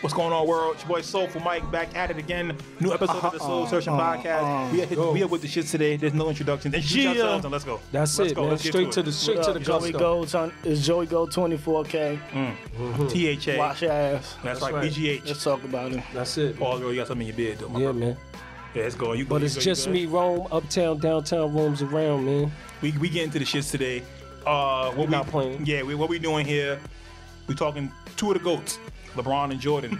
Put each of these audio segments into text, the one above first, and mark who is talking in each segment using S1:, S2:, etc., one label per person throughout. S1: What's going on, world? It's your boy Soulful Mike back at it again. New episode of the
S2: Uh-uh,
S1: Soul Searching Podcast. we, are hit, we are with the shits today. There's no introduction. Introduce
S3: Yeah.
S1: yourselves and let's go.
S2: That's
S1: let's
S2: it, man.
S1: Let's get
S2: Straight to,
S1: it.
S2: the straight
S3: What
S2: to
S3: up,
S2: the
S3: Joey
S2: gusto.
S3: Gold's on is Joey Gold 24K.
S1: THA.
S3: Wash your ass.
S1: That's right.
S2: right.
S1: BGH.
S3: Let's talk about it.
S2: That's it.
S1: Oh, girl, you got something in your beard, though. my
S2: Yeah,
S1: brother.
S2: man.
S1: Yeah, it's going. You,
S2: But
S1: you
S2: it's
S1: good,
S2: just
S1: you
S2: me,
S1: good?
S2: Rome, uptown, downtown, Rome's around, man.
S1: We we get into the shits today. Uh, what we
S2: not playing.
S1: Yeah, we, what we doing here? We talking two of the goats, LeBron and Jordan.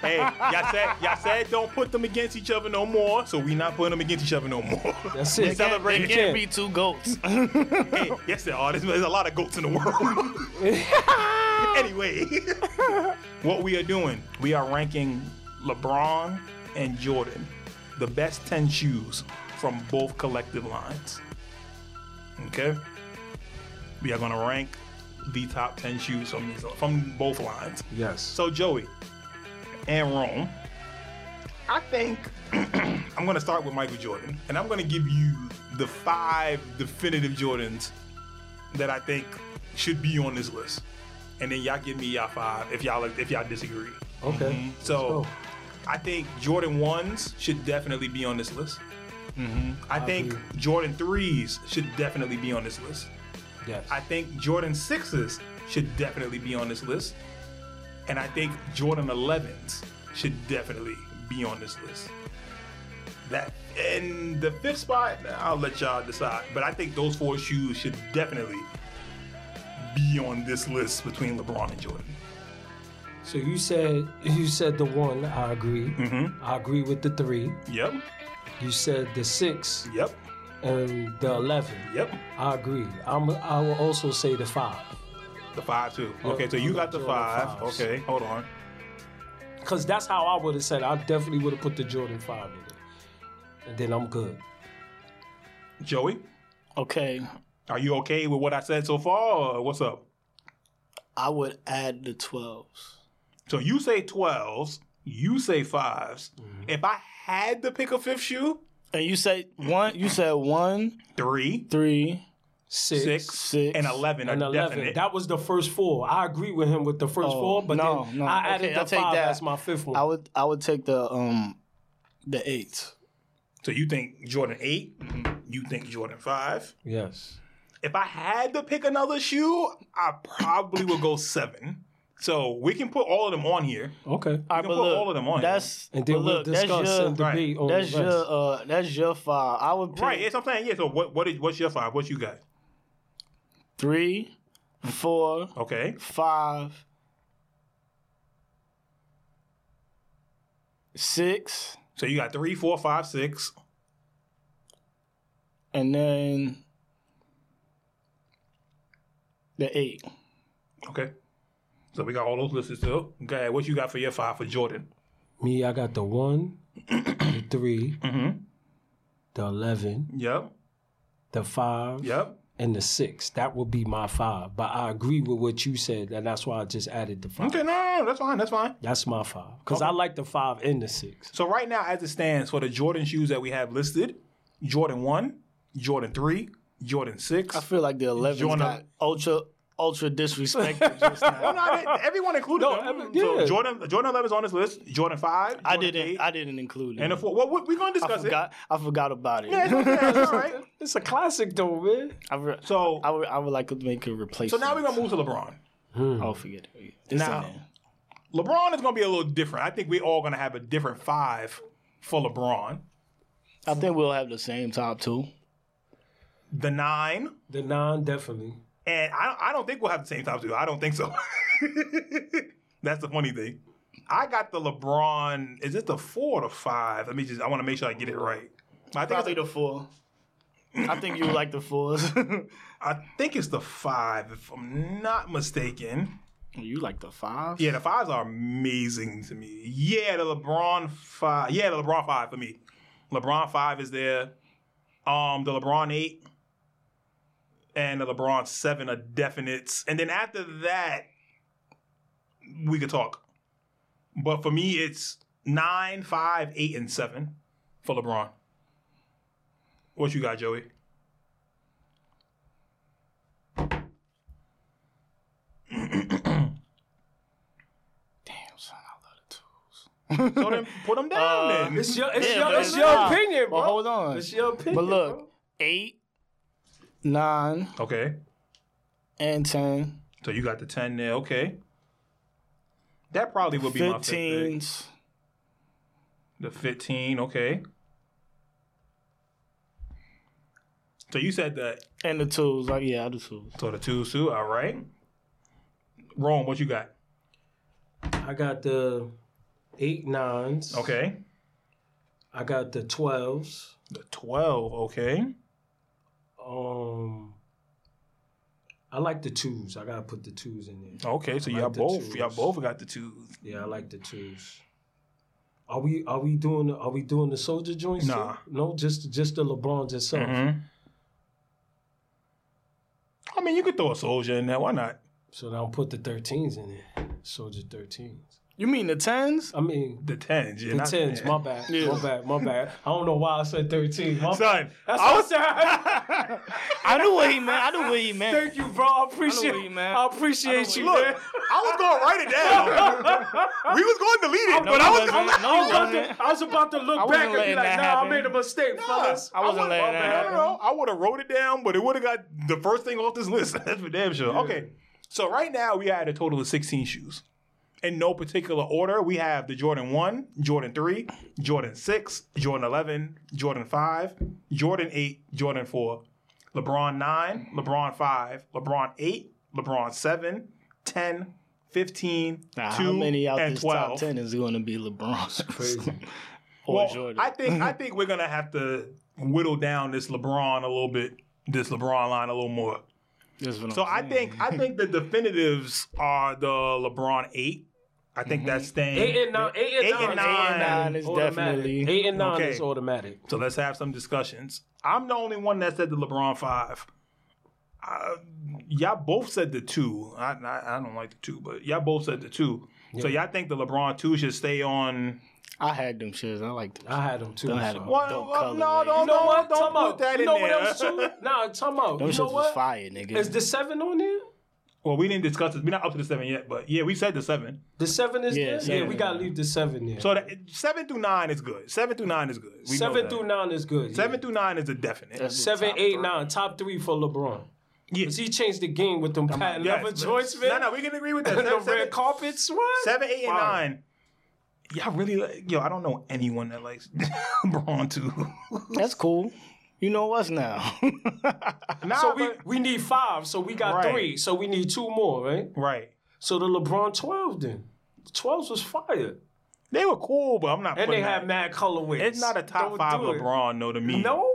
S1: hey, y'all said y'all said don't put them against each other no more. So we not putting them against each other no more.
S2: That's
S1: we
S2: it.
S1: celebrating.
S2: You can't.
S3: Be two goats.
S1: Hey, yes, there are. There's, there's a lot of goats in the world. anyway, what we are doing, we are ranking LeBron and Jordan, the best 10 shoes from both collective lines. Okay? We are going to rank the top 10 shoes from, these- from both lines.
S2: Yes.
S1: So, Joey and Rome, I think I'm going to start with Michael Jordan, and I'm going to give you the five definitive Jordans that I think should be on this list, and then y'all give me y'all five if y'all if y'all disagree.
S2: okay.
S1: So
S2: Let's go.
S1: I think Jordan ones should definitely be on this list. I think
S2: Mm-hmm. agree.
S1: Jordan threes should definitely be on this list.
S2: Yes.
S1: I think Jordan sixes should definitely be on this list, and I think Jordan elevens should definitely be on this list. That and the fifth spot, I'll let y'all decide. But I think those four shoes should definitely be on this list between LeBron and Jordan.
S2: so you said you said the one. I agree. I agree with the three.
S1: Yep,
S2: You said the six
S1: yep,
S2: and the eleven.
S1: yep.
S2: I agree. I'm. I will also say the five.
S1: The five too. Okay, so
S2: I'm
S1: you
S2: gonna
S1: got the
S2: go
S1: five.
S2: with fives.
S1: Okay, hold on.
S2: Cause that's how I would have said. it. I definitely would have put the Jordan five in it, and then I'm good.
S1: Joey,
S3: Okay,
S1: are you okay with what I said so far, or what's up?
S3: I would add the 12s.
S1: So you say 12s, you say 5s.
S2: Mm-hmm.
S1: If I had to pick a fifth shoe,
S3: And you say one. You said one,
S1: three,
S3: three,
S2: Six.
S1: six,
S3: Six,
S1: and 11
S2: and
S1: are
S2: 11.
S1: definite.
S2: That was the first four. I agree with him with the first
S3: Oh,
S2: four, but
S3: no,
S2: then
S3: no.
S2: I added
S3: Okay,
S2: the
S3: I'll take
S2: five
S3: that.
S2: as my fifth one.
S3: I would. I would take the um, the eight.
S1: so you think Jordan 8, you think Jordan 5.
S2: yes.
S1: If I had to pick another shoe, I probably would go 7. So we can put all of them on here.
S2: Okay.
S3: All right,
S1: can put all of them on
S3: That's
S2: And then
S3: but
S2: we'll
S3: look,
S2: discuss
S3: that's your,
S2: and debate on
S3: that's
S2: the
S3: your
S2: rest.
S3: uh, that's your five. I would pick
S1: Right, that's what I'm saying. Yeah, so what, what is, what's your 5? What you got?
S3: three, four,
S1: Okay.
S3: five, six,
S1: So you got three, four, five, six.
S3: and then the eight.
S1: Okay. So we got all those listed still. Okay, what you got for your 5 for Jordan?
S2: Me, I got the one, the 3
S3: Mm-hmm.
S2: the 11,
S1: Yep,
S2: the five,
S1: yep.
S2: and the six. That would be my five. But I agree with what you said, and that's why I just added the five.
S1: Okay, no, no, no, that's fine, that's fine.
S2: That's my five. Because I like the five and the six.
S1: So right now, as it stands for the Jordan shoes that we have listed, Jordan one, Jordan three, Jordan six.
S3: I feel like the 11
S1: Jordan-
S3: got ultra ultra disrespected just now.
S1: No, I didn't- everyone included
S2: No,
S1: them.
S2: every-
S1: So
S2: yeah.
S1: Jordan, Jordan eleven is on this list. Jordan five.
S3: I
S1: Jordan
S3: didn't
S1: eight,
S3: I didn't include it.
S1: and the four. Well, we're gonna
S3: I
S1: discuss
S3: forgot I forgot about it.
S1: it. Yeah, it's okay, it's all right.
S2: It's a classic, though, man.
S3: I, re-
S1: So,
S3: I would I would like to make a
S1: so
S3: replacement.
S1: now we're gonna move to LeBron.
S3: Oh forget it. It's
S1: Now-
S3: in there.
S1: LeBron is gonna be a little different. I think we're all gonna have a different five for LeBron.
S3: I think we'll have the same top two.
S1: The nine,
S2: The nine, definitely.
S1: and I, I don't think we'll have the same top two. I don't think so. That's the funny thing. I got the LeBron. Is it the four or the five? Let me just. I want to make sure I get it right. I think,
S3: Probably
S1: it's,
S3: the four. I think you like the fours.
S1: I think it's the five, if I'm not mistaken.
S3: you like the five?
S1: Yeah, the fives are amazing to me. Yeah, the LeBron five. Yeah, the LeBron five for me. LeBron five is there. Um, the LeBron eight and the LeBron seven are definites. And then after that, we could talk. But for me, it's nine, five, eight, and seven for LeBron. What you got, Joey?
S3: son, I love the twos.
S1: So then put them down
S3: Uh,
S1: then.
S2: It's your, it's
S3: Yeah,
S2: your,
S3: but
S2: it's
S3: it's
S2: your
S3: not.
S2: opinion, bro.
S3: Well, hold on.
S2: It's your opinion.
S3: But look,
S2: bro.
S3: eight, nine,
S1: Okay.
S3: and ten.
S1: So you got the 10 there. Okay. That probably would be my fifth pick.
S3: Fifteens.
S1: The 15, okay. So you said that.
S3: And the twos. Like, yeah, I do twos.
S1: So the two, two, all right. Rome, what you got?
S2: I got the eight nines.
S1: Okay.
S2: I got the twelves.
S1: The 12, okay.
S2: Um, I like the twos. I gotta put the twos in there.
S1: Okay, so
S2: I
S1: y'all
S2: like the
S1: both,
S2: twos.
S1: y'all both got the twos.
S2: Yeah, I like the twos. Are we are we doing are we doing the soldier joints? too?
S1: Nah.
S2: No, just just the LeBrons itself.
S3: Mm-hmm.
S1: I mean, you could throw a soldier in there. Why not?
S2: So now put the thirteens in there. Soldier thirteens.
S3: You mean the tens?
S2: I mean
S1: The tens, yeah.
S2: the
S1: not
S2: tens, my bad. My bad, my bad. I don't know why I said thirteen. My bad.
S1: Son,
S2: That's
S1: I
S2: what
S1: was
S2: I said.
S3: I knew what he meant. I knew what he meant.
S2: Thank you, bro. I
S3: I know
S2: appreciate
S3: where you, man.
S2: I
S3: I know
S2: appreciate
S3: where
S2: you,
S3: you-
S1: look.
S2: man.
S1: I was gonna write it down. we was going to delete it,
S3: No,
S1: but
S3: you
S1: I was
S3: wasn't.
S1: gonna.
S3: No, you
S2: I was about
S3: wasn't.
S2: to- I was about to look
S3: I wasn't
S2: back and be
S3: letting
S2: like,
S3: that
S2: nah,
S3: happen.
S2: I made a mistake, fellas.
S3: I wasn't letting that
S1: I
S3: happen.
S1: don't know. I would have wrote it down, but it would have got the first thing off this list. That's for damn sure. Okay. So right now we had a total of 16 shoes. In no particular order, we have the Jordan 1, Jordan 3, Jordan 6, Jordan 11, Jordan 5, Jordan 8, Jordan 4, LeBron 9, LeBron 5, LeBron 8, LeBron 7, 10, 15,
S3: Nah,
S1: 2,
S3: how many out
S1: and
S3: this
S1: 12.
S3: top ten is going to be LeBron
S2: Crazy.
S3: or
S1: Well,
S3: Jordan?
S1: I think I think we're gonna have to whittle down this LeBron a little bit, this LeBron line a little more.
S3: That's what I'm
S1: So I
S3: saying.
S1: think I think the definitives are the LeBron eight. I think
S3: Mm-hmm.
S1: that's staying.
S2: Eight and nine. Eight and
S1: Eight
S2: nine.
S1: and
S3: eight and nine is
S2: Automatic.
S3: definitely
S2: Eight and nine
S1: Okay.
S2: is automatic.
S1: So let's have some discussions. I'm the only one that said the LeBron five. Uh, y'all both said the two. I, I I don't like the two, but y'all both said the two. So y'all think the LeBron two should stay on?
S3: I had them shits. I like them.
S2: I had them too.
S3: Don't had
S2: so.
S3: them.
S2: You
S1: Well,
S3: Don't
S1: well,
S3: color
S1: no,
S3: me.
S1: don't,
S2: know
S1: don't,
S2: what?
S1: don't
S2: Time out.
S1: put that
S2: you
S1: in
S2: know
S1: there.
S2: what else too? Nah, time out.
S3: Them
S2: You know
S3: shits was
S2: what?
S3: fire, nigga.
S2: Is the seven on there?
S1: Well, we didn't discuss it. We're not up to the seven yet, but yeah, we said the seven.
S2: The seven is
S3: Yeah,
S2: there. Yeah,
S3: seven.
S2: we gotta leave the seven there.
S1: So that, seven through nine is good. Seven through nine is good. We know
S2: seven
S1: that.
S2: through nine is good.
S1: seven through nine is a definite.
S2: yeah.
S3: That's-
S2: seven,
S3: Top
S2: eight,
S3: three.
S2: nine. Top three for LeBron.
S1: Yeah.
S2: Cause he changed the game with them patent
S1: Yes,
S2: leather
S1: but-
S2: joints, man.
S1: No, no, we can agree with that.
S2: The
S1: Seven,
S2: red
S1: seven,
S2: carpets, what?
S1: seven, eight, and
S2: Wow.
S1: nine. Y'all really like, yo, I don't know anyone that likes LeBron too.
S3: That's cool. You know us now.
S1: nah,
S2: So we,
S1: but-
S2: we need five, so we got
S1: Right.
S2: three, so we need two more, right?
S1: right.
S2: So the LeBron 12 then. 12s was fire.
S1: They were cool, but I'm not
S2: And
S1: putting
S2: they had
S1: that-
S2: mad colorways.
S1: It's not a top
S2: Don't
S1: five
S2: do it.
S1: LeBron, no, to me.
S2: No?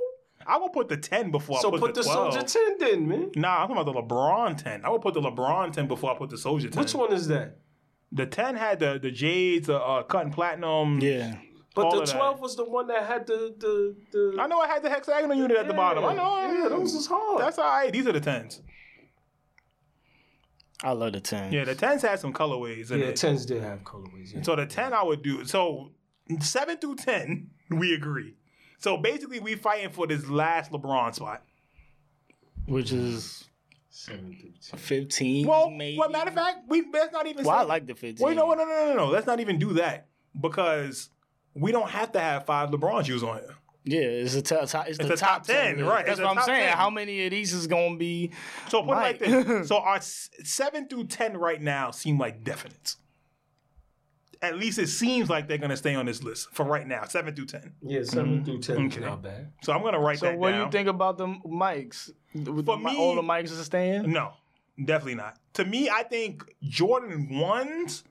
S1: I will put the 10 before
S2: So
S1: I put,
S2: put the,
S1: the 12.
S2: Soldier 10 then, man.
S1: Nah, I'm talking about the LeBron 10. I would put the LeBron 10 before I put the Soldier 10.
S2: Which one is that?
S1: The 10 had the, the Jades, the uh, Cut and Platinum.
S3: yeah.
S2: But
S1: All
S2: the
S1: of that.
S2: 12 was the one that had the. the, the
S1: I know I had the hexagonal unit at the bottom. I know.
S2: Yeah, those is hard.
S1: That's all right. These are the tens.
S3: I love the tens.
S1: Yeah, the tens had some colorways in
S2: yeah,
S1: it.
S2: 10s did have colorways. Yeah.
S1: So the ten I would do. So seven through ten, we agree. So basically, we fighting for this last LeBron spot.
S3: which is
S2: Seven through 10.
S3: fifteen.
S1: Well,
S3: maybe.
S1: well, matter of fact, we let's not even.
S3: Well, I
S1: say-
S3: like the fifteen.
S1: Wait, no, no, no, no, no, no. Let's not even do that because we don't have to have five LeBron shoes on here.
S3: Yeah, it's the top. It's, the
S1: the
S3: top,
S1: top 10,
S3: ten.
S1: right,
S3: That's
S1: it's the
S3: what I'm
S1: top
S3: saying.
S1: 10.
S3: How many of these is gonna be?
S1: So put it
S3: Right.
S1: like this. So our s- seven through ten right now seem like definites. At least it seems like they're gonna stay on this list for right now, seven through ten.
S2: Yeah, 7 through 10 is
S1: Mm-hmm. Okay.
S2: not bad.
S1: So I'm gonna write
S3: So
S1: that
S3: what do
S1: down.
S3: you think about the mics? With
S1: For
S3: the mi-
S1: me-
S3: all the mics are staying.
S1: No, definitely not. To me, I think Jordan ones,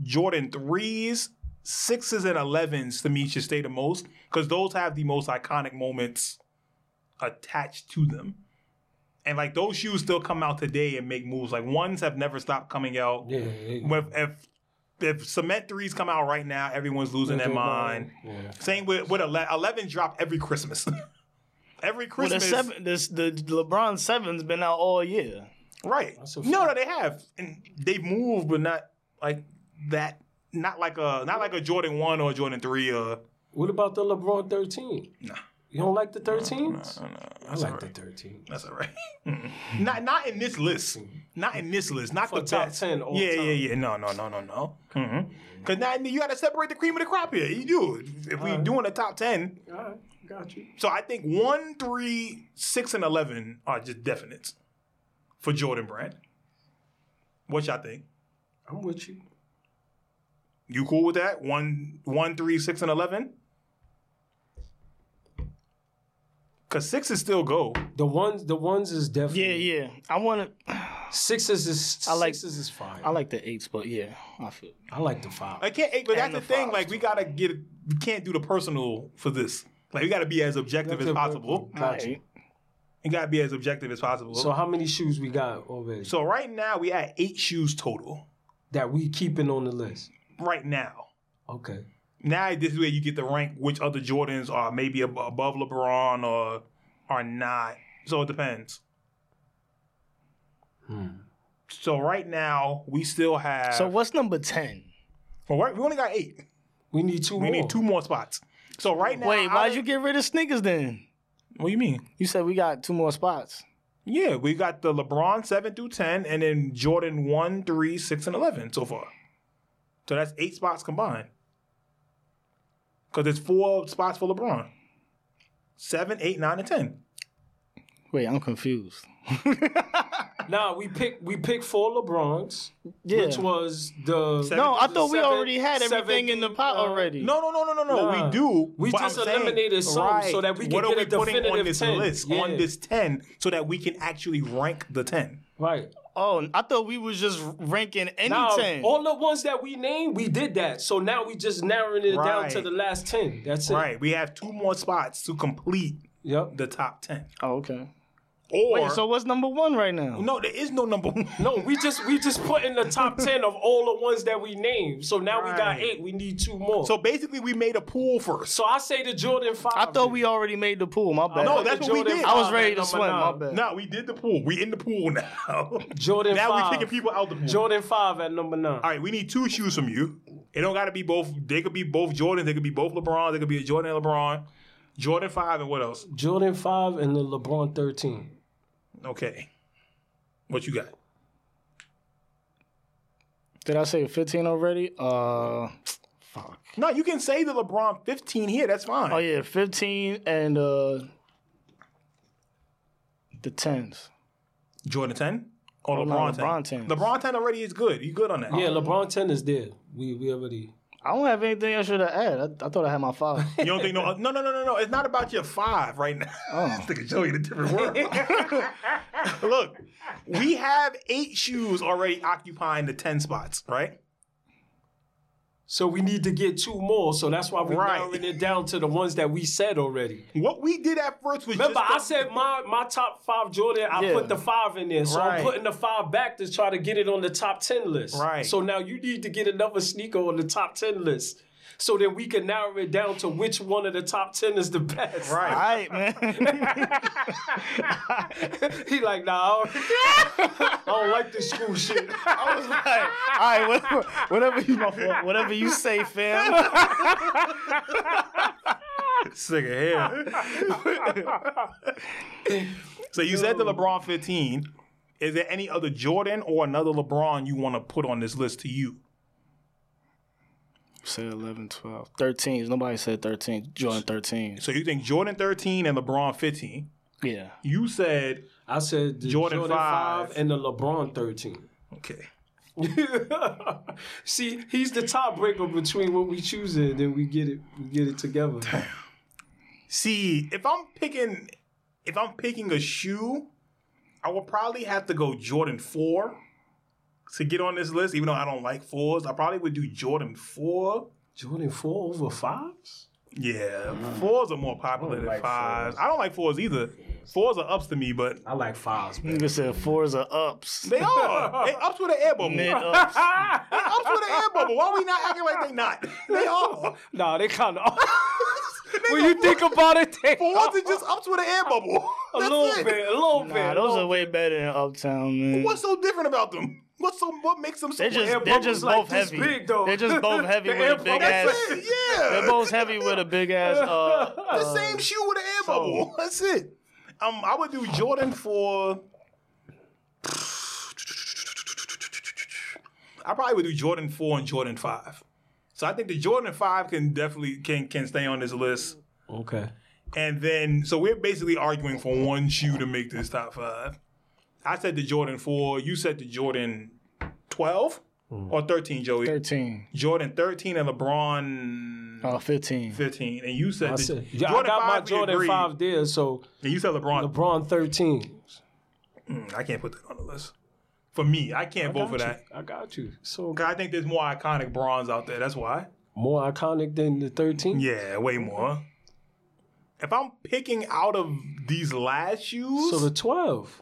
S1: Jordan threes, sixes, and elevens to me should stay the most because those have the most iconic moments attached to them. And like those shoes still come out today and make moves. Like ones have never stopped coming out.
S2: Yeah, yeah.
S1: If, if if cement threes come out right now, everyone's losing their mind.
S2: Yeah.
S1: Same with with ele- eleven drop every Christmas. every
S3: Well, the
S1: Christmas,
S3: seven, this, the LeBron seven's been out all year.
S1: Right.
S2: That's a
S1: No,
S2: fact.
S1: no, they have, and they've moved, but not like that. Not like a not like a Jordan one or a Jordan three. Uh,
S2: What about the LeBron 13?
S1: Nah.
S2: You don't like the 13s?
S1: No, no,
S2: I
S1: that's all
S2: like the
S1: right.
S2: 13s.
S1: That's all right. not not in this list. Not in this list. Not
S2: For
S1: the
S2: top
S1: best.
S2: 10 all
S1: yeah,
S2: time.
S1: yeah, yeah. No, no, no, no, no. Because now you got to separate the cream of the crop here. You do. If we
S2: Alright.
S1: doing a top ten,
S2: All right, got you.
S1: so I think one, three, six, and eleven are just definites for Jordan Brand. What y'all think?
S2: I'm with you.
S1: You cool with that? One, one, three, six, and eleven. Cause six is still go.
S2: The ones, the ones is
S3: Yeah,
S2: definitely
S3: yeah. I want to.
S2: sixes is
S3: I like-
S2: sixes is fine.
S3: I like the eights, but yeah, I feel.
S2: I like the five.
S1: I can't, but that's
S3: And
S1: the,
S3: the
S1: thing.
S3: fives,
S1: Like we gotta get, we can't do the personal for this. Like we gotta be as objective as possible.
S2: Got you.
S1: You gotta be as objective as possible.
S2: So
S1: So,
S2: how many shoes we got already
S1: right now we at eight shoes total.
S2: that we keeping on the list?
S1: Right now,
S2: Okay.
S1: now this is where you get to rank which other Jordans are maybe ab- above LeBron or are not. So it depends. So right now we still have.
S3: Hmm. So what's number ten?
S1: Well, right- we only got eight.
S2: We need two
S1: We
S2: more.
S1: need two more spots. So right now,
S3: Wait,
S1: I
S3: why'd
S1: don't-
S3: you get rid of sneakers then?
S1: What do you mean?
S3: You said we got two more spots.
S1: Yeah, we got the LeBron seven through ten, and then Jordan one, three, six, and eleven so far. So that's eight spots combined. Because it's four spots for LeBron. Seven, eight, nine, and ten.
S3: Wait, I'm confused.
S2: Nah, we pick we pick four LeBrons,
S3: Yeah.
S2: which was the
S1: Seven-
S3: no, I
S2: the
S3: thought we
S2: seven-
S3: already had everything in the
S2: seventeen,
S3: pot
S2: uh,
S3: already.
S1: No, no, no, no, no, no.
S2: Nah.
S1: we do.
S2: We
S1: but
S2: just
S1: I'm saying,
S2: eliminated some so that we can
S1: what
S2: get
S1: are we
S2: a
S1: putting on
S2: definitive
S1: this
S2: 10?
S1: list
S2: Yeah.
S1: on this ten so that we can actually rank the ten.
S2: Right.
S3: Oh, I thought we was just ranking any
S2: Now
S3: ten.
S2: all the ones that we named, we did that. So now we just narrowing it down
S1: Right.
S2: to the last ten. That's it.
S1: Right. We have two more spots to complete
S2: Yep.
S1: the top ten.
S3: oh, okay.
S1: Or
S3: Wait, so what's number one right now?
S1: no, there is no number one.
S2: No, we just we just put in the top ten of all the ones that we named. So now we got
S1: Right.
S2: eight. We need two more.
S1: So
S2: So,
S1: basically, we made a pool first.
S2: I say the Jordan five.
S3: I thought we already made the pool. My bad.
S1: No,
S2: Put the
S1: that's what we
S2: Jordan
S1: did.
S3: I was
S2: five
S3: ready
S2: at
S3: to
S2: number
S3: swim. My
S2: nine.
S3: bad.
S1: No, we did the pool. We in the pool now.
S2: Jordan
S1: now
S2: five.
S1: we kicking people out the pool.
S2: Jordan five at number nine.
S1: All right, we need two shoes from you. It don't got to be both. They could be both Jordans. They could be both LeBrons. They could be a Jordan and LeBron. Jordan five and what else?
S2: Jordan five and the LeBron thirteen.
S1: Okay, what you got?
S3: Did I say fifteen already? Uh,
S1: No, you can say the LeBron fifteen here. That's fine.
S3: oh yeah, fifteen and uh, the tens.
S1: Jordan ten or
S3: no,
S1: LeBron,
S3: LeBron
S1: 10.
S3: 10.
S1: LeBron ten already is good. You good on that?
S2: Yeah, LeBron ten is there. We we already.
S3: I don't have anything extra to add. I, I thought I had my five.
S1: You don't think no? No, no, no, no, no. It's not about your five right now.
S3: Oh.
S1: I think it's showing you the different world. Look, we have eight shoes already occupying the ten spots, right?
S2: So we need to get two more. So that's why we're
S1: Right.
S2: narrowing it down to the ones that we said already.
S1: What we did at first was
S2: Remember, I
S1: just
S2: said my my top five Jordan. I
S3: Yeah.
S2: put the five in there, so
S1: Right.
S2: I'm putting the five back to try to get it on the top ten list.
S1: Right.
S2: So now you need to get another sneaker on the top ten list, so that we can narrow it down to which one of the top ten is the best.
S3: All
S1: right.
S3: right, man.
S2: he like, nah, I don't, I don't like this school shit.
S3: I was like, all right, whatever, whatever you my fault, whatever you say, fam.
S1: Sick of him. so you said the LeBron 15. Is there any other Jordan or another LeBron you want to put on this list to you?
S3: Say 11, 12, 13s. Nobody said 13. Jordan 13.
S1: So you think Jordan 13 and LeBron 15.
S3: Yeah.
S1: You said,
S2: I said the
S1: Jordan
S2: Jordan,
S1: five.
S2: five. and the LeBron thirteen.
S1: okay.
S2: See, he's the tiebreaker between what we choose and then we get it, we get it together.
S1: See, if I'm picking if I'm picking a shoe, I would probably have to go Jordan 4 to get on this list, even though I don't like fours. I probably would do Jordan 4.
S2: Jordan four over fives?
S1: Yeah, fours are more popular
S2: I
S1: than
S2: don't like
S1: fives. I don't like fours either. Fours are ups to me, but
S2: I like fives, man.
S3: Nigga said fours are ups.
S1: they are. they ups with an air bubble.
S3: Mid
S1: they
S3: ups.
S1: ups with an air bubble. Why we not acting like they not? They are.
S2: nah, they kind of.
S1: They
S2: when
S1: go
S2: you think about it, they
S1: Fours are just ups with an air bubble.
S2: a
S1: That's
S2: little
S1: it.
S2: bit, a little bit.
S3: Nah,
S2: a
S3: those
S2: little
S3: are way better than Uptown, man.
S1: What's so different about them? What's so what makes them so
S3: They're just,
S1: air
S3: they're
S2: bubble's
S3: just
S2: like
S3: both
S2: this
S3: heavy.
S2: big, though.
S3: They're just both heavy
S2: The
S3: with
S2: air
S3: a big
S2: bubble-
S3: ass.
S1: That's it, yeah.
S3: They're both heavy with a big ass. Uh,
S1: the same shoe with an air bubble.
S3: That's it.
S1: Um, I would do Jordan for. I probably would do Jordan four and Jordan five. So I think the Jordan five can definitely can can stay on this list.
S2: Okay.
S1: And then so we're basically arguing for one shoe to make this top five. I said the Jordan four. You said the Jordan twelve or thirteen, Joey.
S3: Thirteen.
S1: Jordan thirteen and LeBron
S3: Oh, 15.
S1: fifteen. And you said
S2: I
S1: the-
S2: said, yeah, I got my
S1: we
S2: Jordan
S1: agreed.
S2: five there. So
S1: And you said LeBron mm,
S2: LeBron thirteen.
S1: I can't put that on the list. For me, I can't vote
S2: Got
S1: for
S2: you.
S1: that.
S2: I got you. So
S1: 'Cause I think there's more iconic bronze out there. That's why.
S2: more iconic than the thirteen.
S1: Yeah, way more. If I'm picking out of these last shoes,
S2: So the twelve.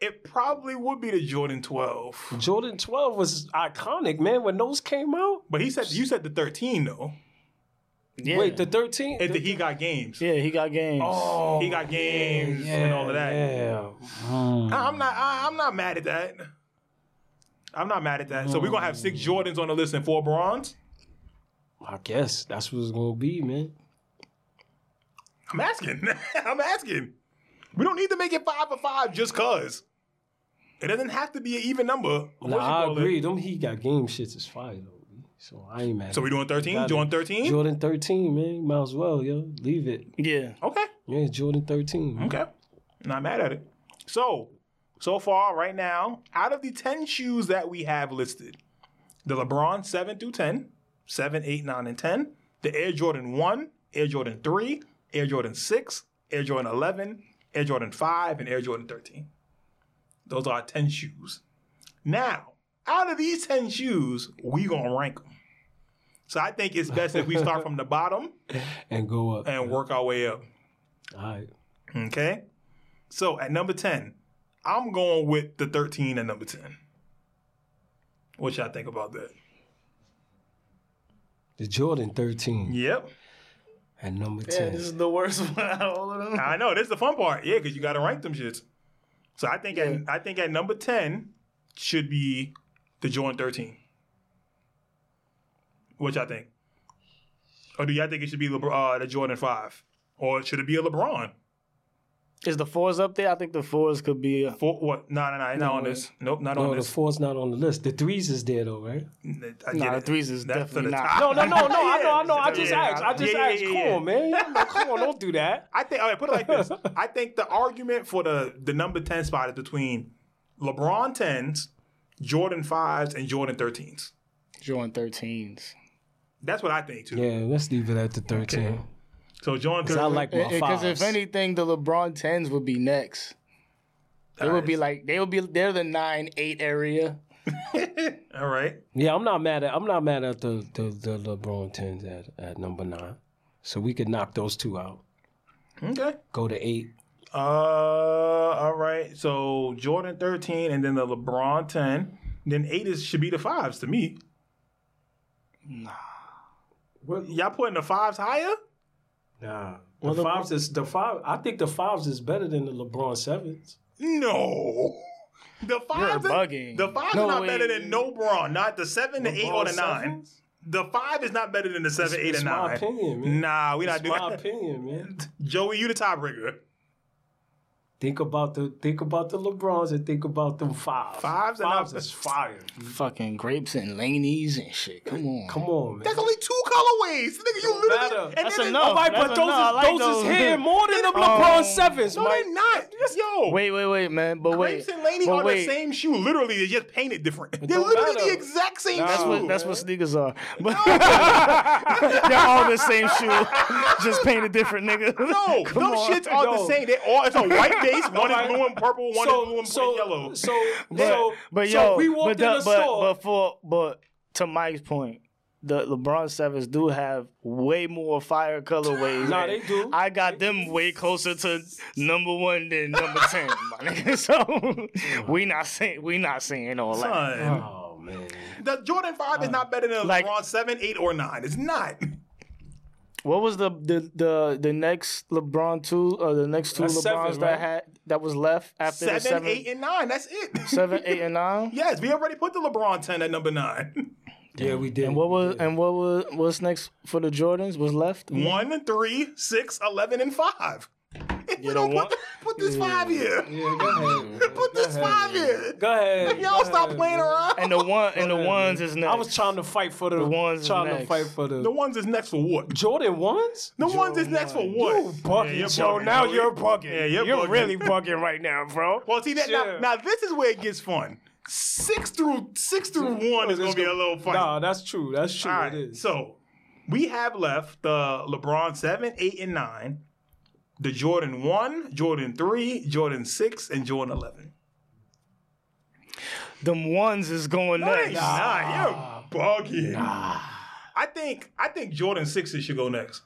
S1: it probably would be the Jordan 12.
S2: Jordan twelve was iconic, man. When those came out.
S1: But he said you said the 13 though.
S3: Yeah.
S2: Wait, the thirteen.
S1: And that he got games.
S3: yeah, he got games.
S2: Oh,
S1: He got games and all of that.
S2: Yeah.
S3: Hmm.
S1: I- I'm not. I, I'm not mad at that. I'm not mad at that. So we're gonna have six Jordans on the list and four bronze.
S2: I guess that's what it's gonna be, man.
S1: I'm asking. I'm asking. We don't need to make it five for five just cause. It doesn't have to be an even number. What you
S2: Nah, I
S1: call it.
S2: agree. Them he got game shits is fire though. B. So I ain't mad.
S1: So we doing thirteen?
S2: Got it.
S1: Doing thirteen?
S2: Jordan thirteen, man. Might as well, yo. Leave it.
S3: Yeah.
S1: Okay.
S2: Yeah, Jordan thirteen. man.
S1: Okay. Not mad at it. So, so far right now, out of the ten shoes that we have listed, the LeBron seven through 10, 7, 8, 9, and ten, the Air Jordan one, Air Jordan three, Air Jordan six, Air Jordan eleven, Air Jordan five, and Air Jordan thirteen. Those are our ten shoes. Now, out of these ten shoes, we gonna rank them. So I think it's best if we start from the bottom
S2: And go up.
S1: and work our way up.
S2: All right.
S1: Okay. So at number 10, I'm going with the 13 and number 10. What y'all think about that?
S2: The Jordan thirteen
S1: Yep.
S2: and number
S3: Yeah,
S2: ten.
S3: this is the worst one out of all of them.
S1: I know. This is the fun part. Yeah, because you got to rank them shits. So I think
S3: Yeah.
S1: at, I think at number 10 should be the Jordan 13. What y'all think? Or do y'all think it should be LeBron, uh, the Jordan 5? Or should it be a LeBron?
S3: Is the fours up there? I think the fours could be. uh,
S1: For what? No, no, no. Not on this. Nope, not
S2: no,
S1: on
S2: the
S1: this.
S2: four's not on the list. The threes is there though, right?
S1: I get
S3: Nah, the
S1: it.
S3: threes is
S1: That's to
S3: definitely
S1: the
S3: not.
S1: top.
S2: No, no, no, no. I know, I know. I just
S1: Yeah.
S2: asked. I just
S1: Yeah, yeah,
S2: asked.
S1: yeah,
S2: Come
S1: yeah.
S2: on, man. Come on, don't do that.
S1: I think. All right, put it like this. I think the argument for the the number ten spot is between LeBron tens, Jordan fives, and Jordan thirteens.
S3: Jordan thirteens.
S1: That's what I think too.
S2: Yeah, let's leave it at the thirteen.
S1: So Jordan
S2: 'Cause I
S1: thirteens.
S2: like my
S3: Because
S2: fives.
S3: if anything, the LeBron tens would be next. They would be like they would be. They're the nine eight area.
S1: all right.
S2: Yeah, I'm not mad at I'm not mad at the the, the LeBron tens at, at number nine. So we could knock those two out.
S1: Okay.
S2: Go to eight.
S1: Uh. All right. So Jordan thirteen, and then the LeBron ten. Then eight is should be the fives to me.
S2: Well,
S1: Y'all putting the fives higher?
S2: nah. Well, the fives is the five. I think the fives is better than the LeBron sevens.
S1: No. The 5s are-
S3: bugging.
S1: The fives
S3: No
S1: are not
S3: way.
S1: better than no brawn. Not the seven, the eight, or the nine. The five is not better than the seven, eight,
S2: it's
S1: and
S2: my
S1: nine.
S2: opinion, man.
S1: Nah, we not
S2: That's my
S1: doing that.
S2: opinion, man.
S1: Joey, you the tiebreaker.
S2: Think about the think about the LeBrons and think about them fives.
S1: Fives and
S2: fives
S1: up-
S2: is fire.
S3: Fucking grapes and laneys and shit. Come on.
S2: Come on, man.
S1: That's only two colorways, nigga. You literally
S2: matter.
S1: and
S3: That's
S1: then-
S3: enough.
S2: All right, but
S3: That's
S2: those is,
S3: enough. I like
S2: those,
S3: those.
S2: is hitting more than the LeBron sevens,
S1: Um, No,
S2: Mike.
S1: they not. Yo,
S3: Wait, wait, wait, man. But wait.
S1: Grapes and Laney
S3: but
S1: are
S3: wait.
S1: the same shoe. Literally, they're just painted different. They're
S2: don't
S1: literally
S2: matter.
S1: the exact same
S3: That's
S1: shoe.
S3: what that's
S2: Oh.
S3: what sneakers are. But they're all the same shoe, just painted different, nigga.
S1: no, those
S3: Come on.
S1: shits are the
S2: No.
S1: same. They all it's a white base. One is
S2: Alright.
S1: blue and purple. One is blue and
S2: so,
S1: yellow.
S2: So,
S3: But,
S2: so,
S3: but
S2: so
S3: yo,
S2: we walked
S3: but, the,
S2: in the
S3: but,
S2: store.
S3: but for but to Mike's point, the LeBron sevens do have way more fire colorways.
S2: Nah,
S3: and
S2: they do.
S3: I got them way closer to number one than number ten, my nigga. So we not saying we not saying all that.
S1: Son,
S2: oh man,
S1: the Jordan Five is not better than a
S3: Uh, Like-
S1: LeBron Seven, Eight, or Nine. It's not.
S3: What was the the the, the next LeBron two or the next two
S2: That's
S3: LeBrons
S2: seven,
S3: that
S2: right?
S3: had that was left after
S1: Seven,
S3: the seven,
S1: Eight, and Nine. That's it.
S3: seven, eight, and nine?
S1: Yes, we already put the LeBron 10 at number nine.
S2: Yeah, we did.
S3: And what was
S2: We did.
S3: and what was what's next for the Jordans? Was left?
S1: One, three, six, eleven, and five.
S3: You don't want.
S1: Put this five here.
S2: Yeah, go ahead. man.
S1: Put this five here.
S2: Go ahead.
S1: Y'all stop
S2: Go
S1: playing around.
S3: And the one and the ones is
S2: ahead.
S3: next.
S2: I was trying to fight for the,
S3: The ones is
S2: trying to
S3: next.
S2: fight for the,
S1: The ones is next for what?
S2: Jordan ones.
S1: The ones is next for what?
S2: You bugging,
S1: you're
S2: Joe.
S1: bugging.
S2: Now
S1: Oh,
S2: you're bugging.
S1: Yeah, you're,
S3: You're
S1: bugging.
S3: really bugging right now, bro.
S1: Well, see that
S2: Sure.
S1: now, now. This is where it gets fun. Six through six through one is gonna
S2: It's
S1: be a little funny.
S2: Nah, that's true. That's true.
S1: All
S2: It
S1: right,
S2: is.
S1: so we have left the LeBron seven, eight, and nine, the Jordan one, Jordan three, Jordan six, and Jordan eleven.
S3: Them ones is going
S1: Hey,
S3: next.
S1: nah, you're bugging. I think I think Jordan sixes should go next.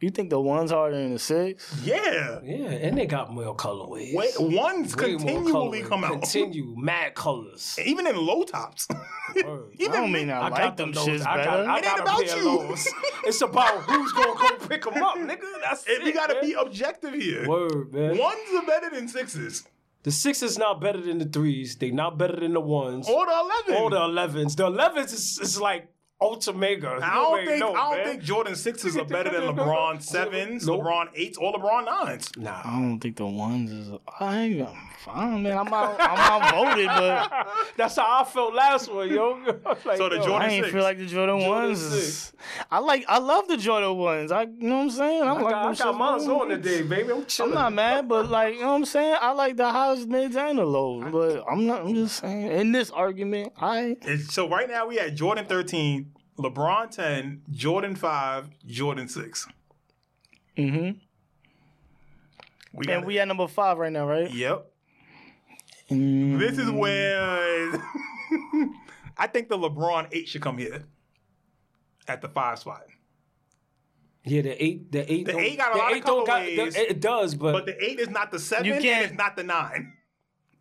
S3: You think the ones harder than the six?
S1: Yeah,
S2: yeah, and they got more colorways.
S1: Wait, ones
S2: Way more
S1: continually
S2: colorways.
S1: come out,
S2: Continue, mad colors.
S1: even in low tops.
S2: Word.
S3: I don't mean I,
S2: I
S3: like
S2: got
S3: them
S2: those.
S3: shits
S2: I
S3: better.
S2: got, I
S1: It
S2: got
S1: ain't
S2: a
S1: about
S2: pair of
S1: you.
S2: those. it's about who's gonna go pick them up, nigga. That's
S1: And
S2: it.
S1: we gotta
S2: man.
S1: be objective here.
S2: Word, man.
S1: Ones are better than sixes.
S2: The six is not better than the threes. They not better than the ones.
S1: Or the eleven.
S2: Or the elevens. The elevens is, is like ultra mega.
S1: I
S2: You
S1: don't
S2: already
S1: think
S2: know,
S1: I don't
S2: man.
S1: think Jordan sixes are better than
S2: Nope.
S1: LeBron sevens,
S2: Nope.
S1: LeBron eights, or LeBron nines.
S2: Nah.
S3: I don't think the ones is. I ain't. I'm fine, man. I'm out. I'm outvoted, but
S2: That's how I felt last one, yo. Like,
S1: So the
S2: yo,
S1: Jordan-
S3: I ain't
S1: six.
S3: feel like the Jordan, ones. Is, I like. I love the Jordan ones. I. You know what I'm saying? I'm
S2: I got, I
S3: like. them
S2: got
S3: shits
S2: mine
S3: better.
S2: on today, baby. I'm chilling.
S3: I'm not mad, but like you know what I'm saying. I like the highs, mids, and the lows. But I'm not. I'm just saying. In this argument, I.
S1: And so right now we at Jordan thirteen, LeBron ten, Jordan five, Jordan six.
S3: Mm-hmm.
S1: We
S3: And
S1: got
S3: we at number five right now, right?
S1: Yep.
S3: Mm.
S1: This is where I think the LeBron eight should come here at the five spot.
S2: Yeah, the eight, the eight,
S1: The
S2: don't-
S1: eight got a lot of
S2: don't got-
S1: colorways.
S2: the- it does, but,
S1: But the eight is not the seven,
S3: You
S1: and
S3: can't-
S1: it's not the nine.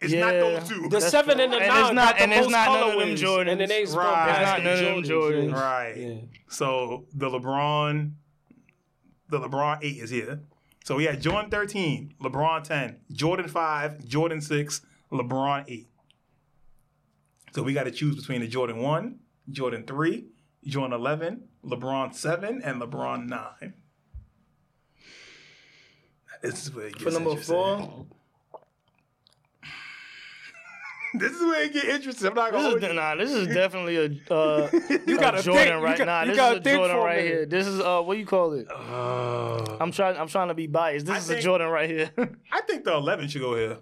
S1: It's not
S3: Yeah.
S1: those two.
S2: the seven
S3: true.
S2: and the
S3: And it's
S2: nine
S3: not-
S2: got the
S3: and it's
S2: most
S3: not none
S2: colorways,
S3: of them Jordans.
S2: and it ain't spun
S1: Right.
S2: past
S1: It's
S3: not
S2: the
S3: none of them Jordans.
S2: yeah.
S1: Right. So the LeBron, the LeBron eight is here. So we had Jordan thirteen, LeBron ten, Jordan five, Jordan six, LeBron eight. So we got to choose between the Jordan one, Jordan three, Jordan eleven, LeBron seven, and LeBron nine. This is where it gets
S3: For number
S1: interesting.
S3: four,
S1: This is where it gets interesting. I'm not gonna. hold
S3: this is
S1: you.
S3: de- nah. This is definitely a uh, you
S2: gotta think.
S3: Jordan
S2: You
S3: right
S2: got-
S3: now.
S2: you
S3: This
S2: gotta
S3: is a
S2: think
S3: Jordan
S2: for a
S3: right
S2: minute.
S3: here. This is uh, what you call it? I'm trying. I'm trying to be biased. This
S1: Oh. I
S3: is a
S1: think-
S3: Jordan right here.
S1: I think the eleven should go here.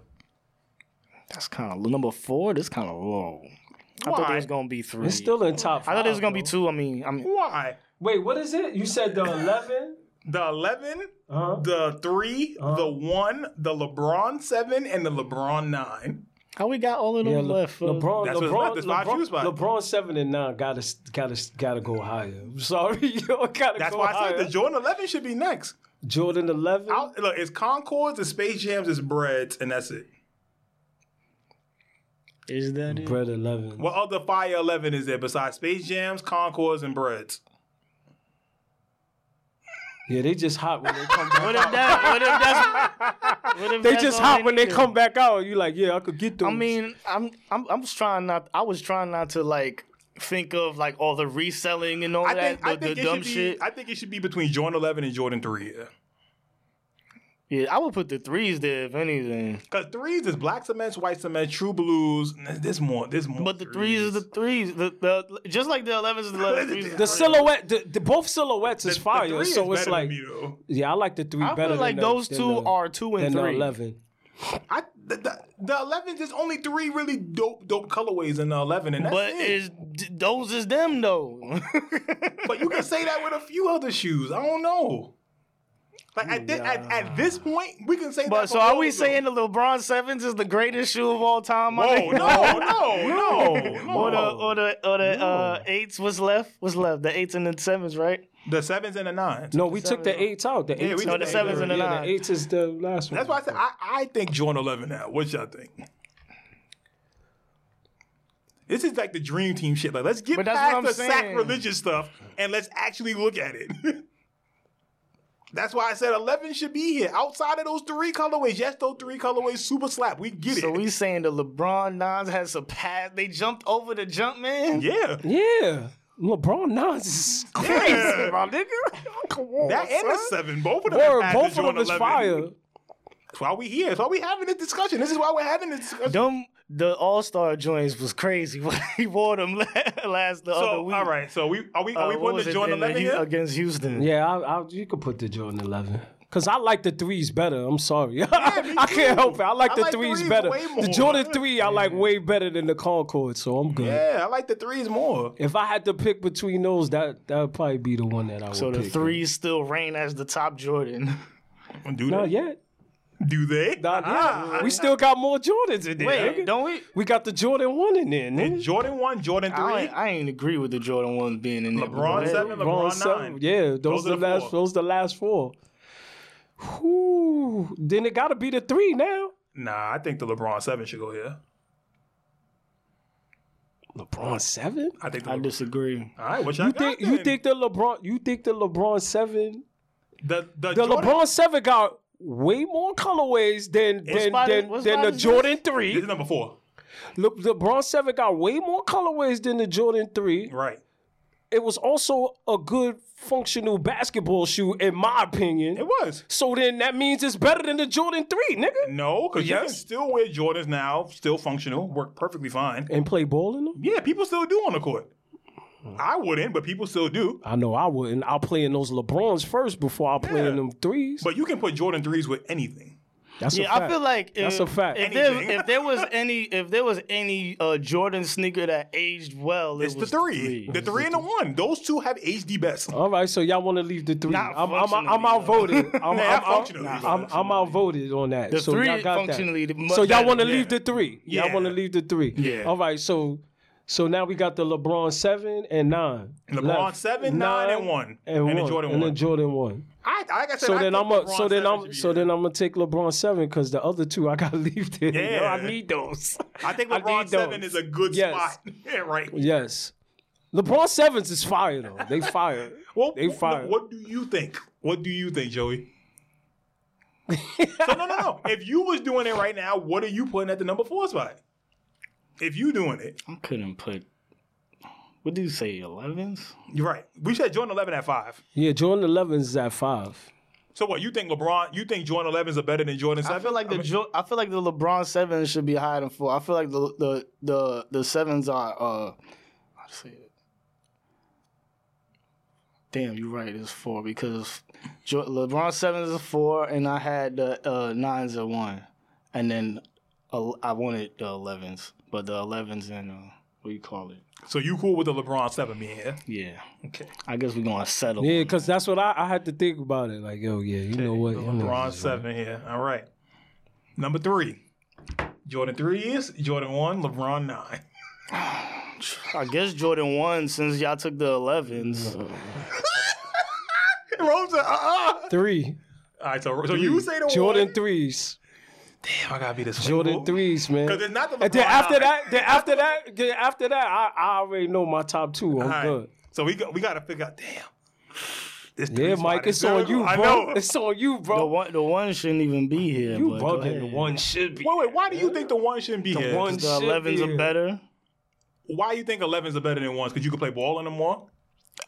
S3: That's kind of number four. This kind of low. I thought
S1: Why?
S3: it was gonna be three.
S2: It's still in top.
S3: I thought it was gonna be
S2: five,
S3: two. I mean, I mean,
S1: Why?
S2: though. Wait, what is it? You said the eleven.
S1: The eleven
S2: Huh?
S1: the three,
S3: Uh-huh.
S1: the one, the LeBron seven, and the LeBron nine.
S3: how we got all of them
S2: Yeah, Le-
S3: left? uh,
S2: LeBron,
S1: That's what's
S2: LeBron,
S1: left. It's five
S2: LeBron,
S1: shoes spot.
S2: LeBron seven and nine gotta gotta gotta go higher. I'm sorry, yo, gotta
S1: That's
S2: go
S1: why I
S2: higher.
S1: said the Jordan eleven should be next.
S2: Jordan eleven.
S1: Out, look, it's Concords, it's Space Jams, it's Breads, and that's it.
S3: Is that it?
S2: Bread eleven.
S1: What other Fire eleven is there besides Space Jams, Concords, and Breads?
S2: Yeah, they just hot when they come back.
S3: What if that? What if that's? What if
S2: they
S3: that's
S2: just
S3: all
S2: hot when they
S3: do?
S2: come back out. You like, yeah, I could get those.
S3: I mean, I'm I'm I'm just trying not. I was trying not to like think of like all the reselling and all
S1: I
S3: that,
S1: think I
S3: but
S1: think
S3: the
S1: it
S3: dumb
S1: should be
S3: shit.
S1: I think it should be between Jordan eleven and Jordan three. yeah.
S3: yeah, I would put the threes there if anything.
S1: Cause threes is black cement, white cement, true blues. This more, this more.
S3: But the threes is the threes. The, the just like the elevens is the elevens. threes is
S2: the
S3: threes.
S2: silhouette, the, the both silhouettes is
S1: The
S2: fire.
S1: three is
S2: so
S1: better
S2: it's
S1: than
S2: like,
S1: me, though.
S2: yeah, I like the three
S3: I
S2: better.
S3: feel like
S2: than the-
S3: those
S2: than
S3: two
S2: the-
S3: are two and
S2: than the
S3: three.
S2: eleven.
S1: I the, the, the eleven. There's only three really dope dope colorways in the eleven, and that's
S3: But
S1: it.
S3: is d- those is them though?
S1: But you can say that with a few other shoes. I don't know. Like at, thi- at, at this point, we can say that.
S3: But so
S1: for
S3: are
S1: all
S3: we
S1: of them.
S3: saying the LeBron sevens is the greatest shoe of all time? my
S1: Whoa,
S3: nigga?
S1: no, no, no,
S3: Or the
S1: no.
S3: or the or the uh, eights was left was left the eights and the sevens right?
S1: The sevens and the nines.
S2: No, we took the eights out. The
S1: we
S2: eights. is
S1: took the sevens
S3: and the
S2: yeah,
S3: nines.
S2: The eights is the last one.
S1: That's why I said I, I think Jordan eleven now. What y'all think? This is like the dream team shit. Like, let's get
S3: But that's what
S1: past
S3: I'm
S1: the
S3: saying.
S1: sacrilegious stuff and let's actually look at it. That's why I said 11 should be here. Outside of those three colorways, yes, those three colorways super slap. We get
S3: So
S1: it.
S3: we saying the LeBron Nines has surpassed. They jumped over the jump man.
S1: yeah.
S2: Yeah. LeBron Nines is crazy,
S1: Yeah.
S2: my nigga. Come on.
S1: That and the seven, both of them.
S2: Word,
S1: had to
S2: both of
S1: join
S2: them is
S1: 11.
S2: fire.
S1: That's why we here. That's why we having this discussion. This is why we're having this discussion.
S3: Them the All Star joints was crazy. he wore them la- last the other
S1: So
S3: week.
S1: all right. So we are we are
S3: Uh,
S1: we
S3: what
S1: putting
S3: was
S1: the
S3: it,
S1: Jordan
S3: in the
S1: 11
S3: Hu-
S1: here?
S3: against Houston.
S2: Yeah, I, I, you could put the Jordan 11. Because I like the threes better. I'm sorry.
S1: me
S2: I can't
S1: too.
S2: help it. I like
S1: I
S2: the
S1: like
S2: threes,
S1: threes
S2: better.
S1: way more.
S2: The Jordan 3 I like way better than the Concord, so I'm good.
S1: Yeah, I like the threes more.
S2: If I had to pick between those, that that would probably be the one that I would
S3: So the
S2: pick.
S3: threes still reign as the top Jordan.
S1: Do
S2: Not
S1: they?
S2: yet.
S1: Do they?
S2: Not yet.
S1: Ah,
S2: we still got more Jordans in there. nigga.
S3: don't we?
S2: We got the Jordan 1 in there, nigga.
S1: Jordan one, Jordan three.
S3: I ain't, I ain't agree with the Jordan ones being in there.
S1: LeBron
S3: but-
S1: seven,
S2: Wrong
S1: LeBron
S2: seven.
S1: nine.
S2: Yeah, those,
S1: Those
S2: are
S1: are
S2: the
S1: the
S2: last.
S1: four.
S2: Those the last four. Whew. Then it got to be the three now.
S1: Nah, I think the LeBron seven should go here.
S2: LeBron seven.
S1: I think. The
S3: I
S1: LeBron-
S3: disagree.
S1: all right, what y'all
S2: You
S1: got
S2: think
S1: then?
S2: you think the LeBron? You think the LeBron seven?
S1: the the,
S2: The
S1: Jordan,
S2: LeBron seven got way more colorways than than
S3: spot is-
S2: than,
S3: what
S2: than
S3: spot
S2: the
S3: is this?
S2: Jordan
S1: This
S2: three.
S1: is number four,
S2: Le, LeBron seven got way more colorways than the Jordan three.
S1: right?
S2: It was also a good functional basketball shoe, in my
S1: It
S2: opinion.
S1: was.
S2: So then that means it's better than the Jordan three, nigga.
S1: No, because you can
S2: Yes.
S1: still wear Jordans now, still functional, work perfectly fine.
S2: And play ball in them.
S1: Yeah, people still do on the court. I wouldn't, but people still do.
S2: I know I wouldn't. I'll play in those LeBrons first before I play in
S1: Yeah.
S2: them threes.
S1: But you can put Jordan threes with anything.
S2: That's a
S3: Yeah,
S2: fact.
S3: I feel like if,
S2: That's a fact.
S3: If there,
S1: Anything.
S3: if there was any, if there was any uh, Jordan sneaker that aged well, it
S1: It's the
S3: was
S1: three, the three and the one. Those two have HD best.
S2: All right, so y'all want to leave the three?
S3: Not
S2: I'm, I'm, I'm,
S3: functionally,
S2: outvoted. I'm, I'm,
S1: Nah,
S2: I'm,
S1: functionally,
S2: I'm-
S1: nah,
S2: I'm outvoted on that.
S3: The
S2: so
S3: three
S2: y'all got
S3: functionally the
S2: that.
S3: much
S2: So y'all
S3: better,
S2: want to
S3: yeah.
S2: leave the three? Y'all
S1: Yeah.
S2: want to leave the three?
S1: Yeah.
S2: All right, so so now we got the LeBron seven and nine.
S1: LeBron
S2: left.
S1: seven, nine, and one.
S2: and,
S1: And the
S2: one,
S1: Jordan
S2: and the
S1: one.
S2: Jordan one.
S1: I, like I said,
S2: So
S1: I
S2: then
S1: think
S2: I'm a,
S1: LeBron
S2: so then
S1: seven
S2: I'm
S1: should be
S2: so
S1: here.
S2: then I'm gonna take LeBron seven because the other two I gotta leave there. Yo, I
S1: Yeah.
S2: need those.
S1: I think
S2: I need
S1: LeBron seven
S2: those.
S1: is a good
S2: Yes.
S1: spot. Yeah, right.
S2: Yes. LeBron sevens is fire though. They fire.
S1: Well,
S2: They
S1: what-
S2: fired.
S1: What do you think? What do you think, Joey? so no, no, no. If you was doing it right now, what are you putting at the number four spot? If you doing it,
S3: I couldn't put. What do you say, elevens?
S1: you're right. We said Jordan eleven at five.
S2: Yeah, Jordan elevens is at five.
S1: So what? You think LeBron? You think Jordan elevens are better than Jordan
S3: I
S1: seven?
S3: feel like the Jo- I feel like the LeBron sevens should be higher than four. I feel like the the the the sevens are. uh how to say it? Damn, you're right. It's four because jo- LeBron sevens is a four, and I had the uh, nines at one, and then uh, I wanted the elevens, but the elevens and uh, what do you call it?
S1: so you cool with the LeBron seven being here?
S3: Yeah,
S1: Okay.
S3: I guess we're gonna settle.
S2: Yeah, because that's what I, I had to think about it. Like, yo, yeah, you know what?
S1: The
S2: you know
S1: LeBron
S2: this is
S1: seven here. All right. Number three. Jordan three is Jordan one. LeBron nine.
S3: I guess Jordan won since y'all took the elevens.
S1: Rosa. Uh. uh
S2: Three.
S1: All right. So, so you say the
S2: Jordan
S1: one.
S2: threes.
S1: Damn, I gotta be this.
S2: Jordan threes, man.
S1: Because it's not the LeBron
S2: And then after
S1: nine.
S2: that, then after that, then after that, I, I already know my top two. I'm
S1: All right.
S2: good.
S1: So we got we got to figure out. Damn. This
S2: Yeah,
S1: three spot
S2: Mike,
S1: is
S2: it's on you,
S1: difficult.
S2: bro.
S1: I know.
S2: It's on you,
S3: The
S2: bro.
S3: one, the one shouldn't even be here.
S2: You
S3: but go
S2: bugging. The
S3: ahead.
S2: one should be.
S1: Wait, wait. Why do you think the one shouldn't be here?
S2: one-
S1: One.
S3: The
S2: should
S3: elevens
S2: be.
S3: are better.
S1: Why you think elevens are better than ones? Because you can play ball in them more.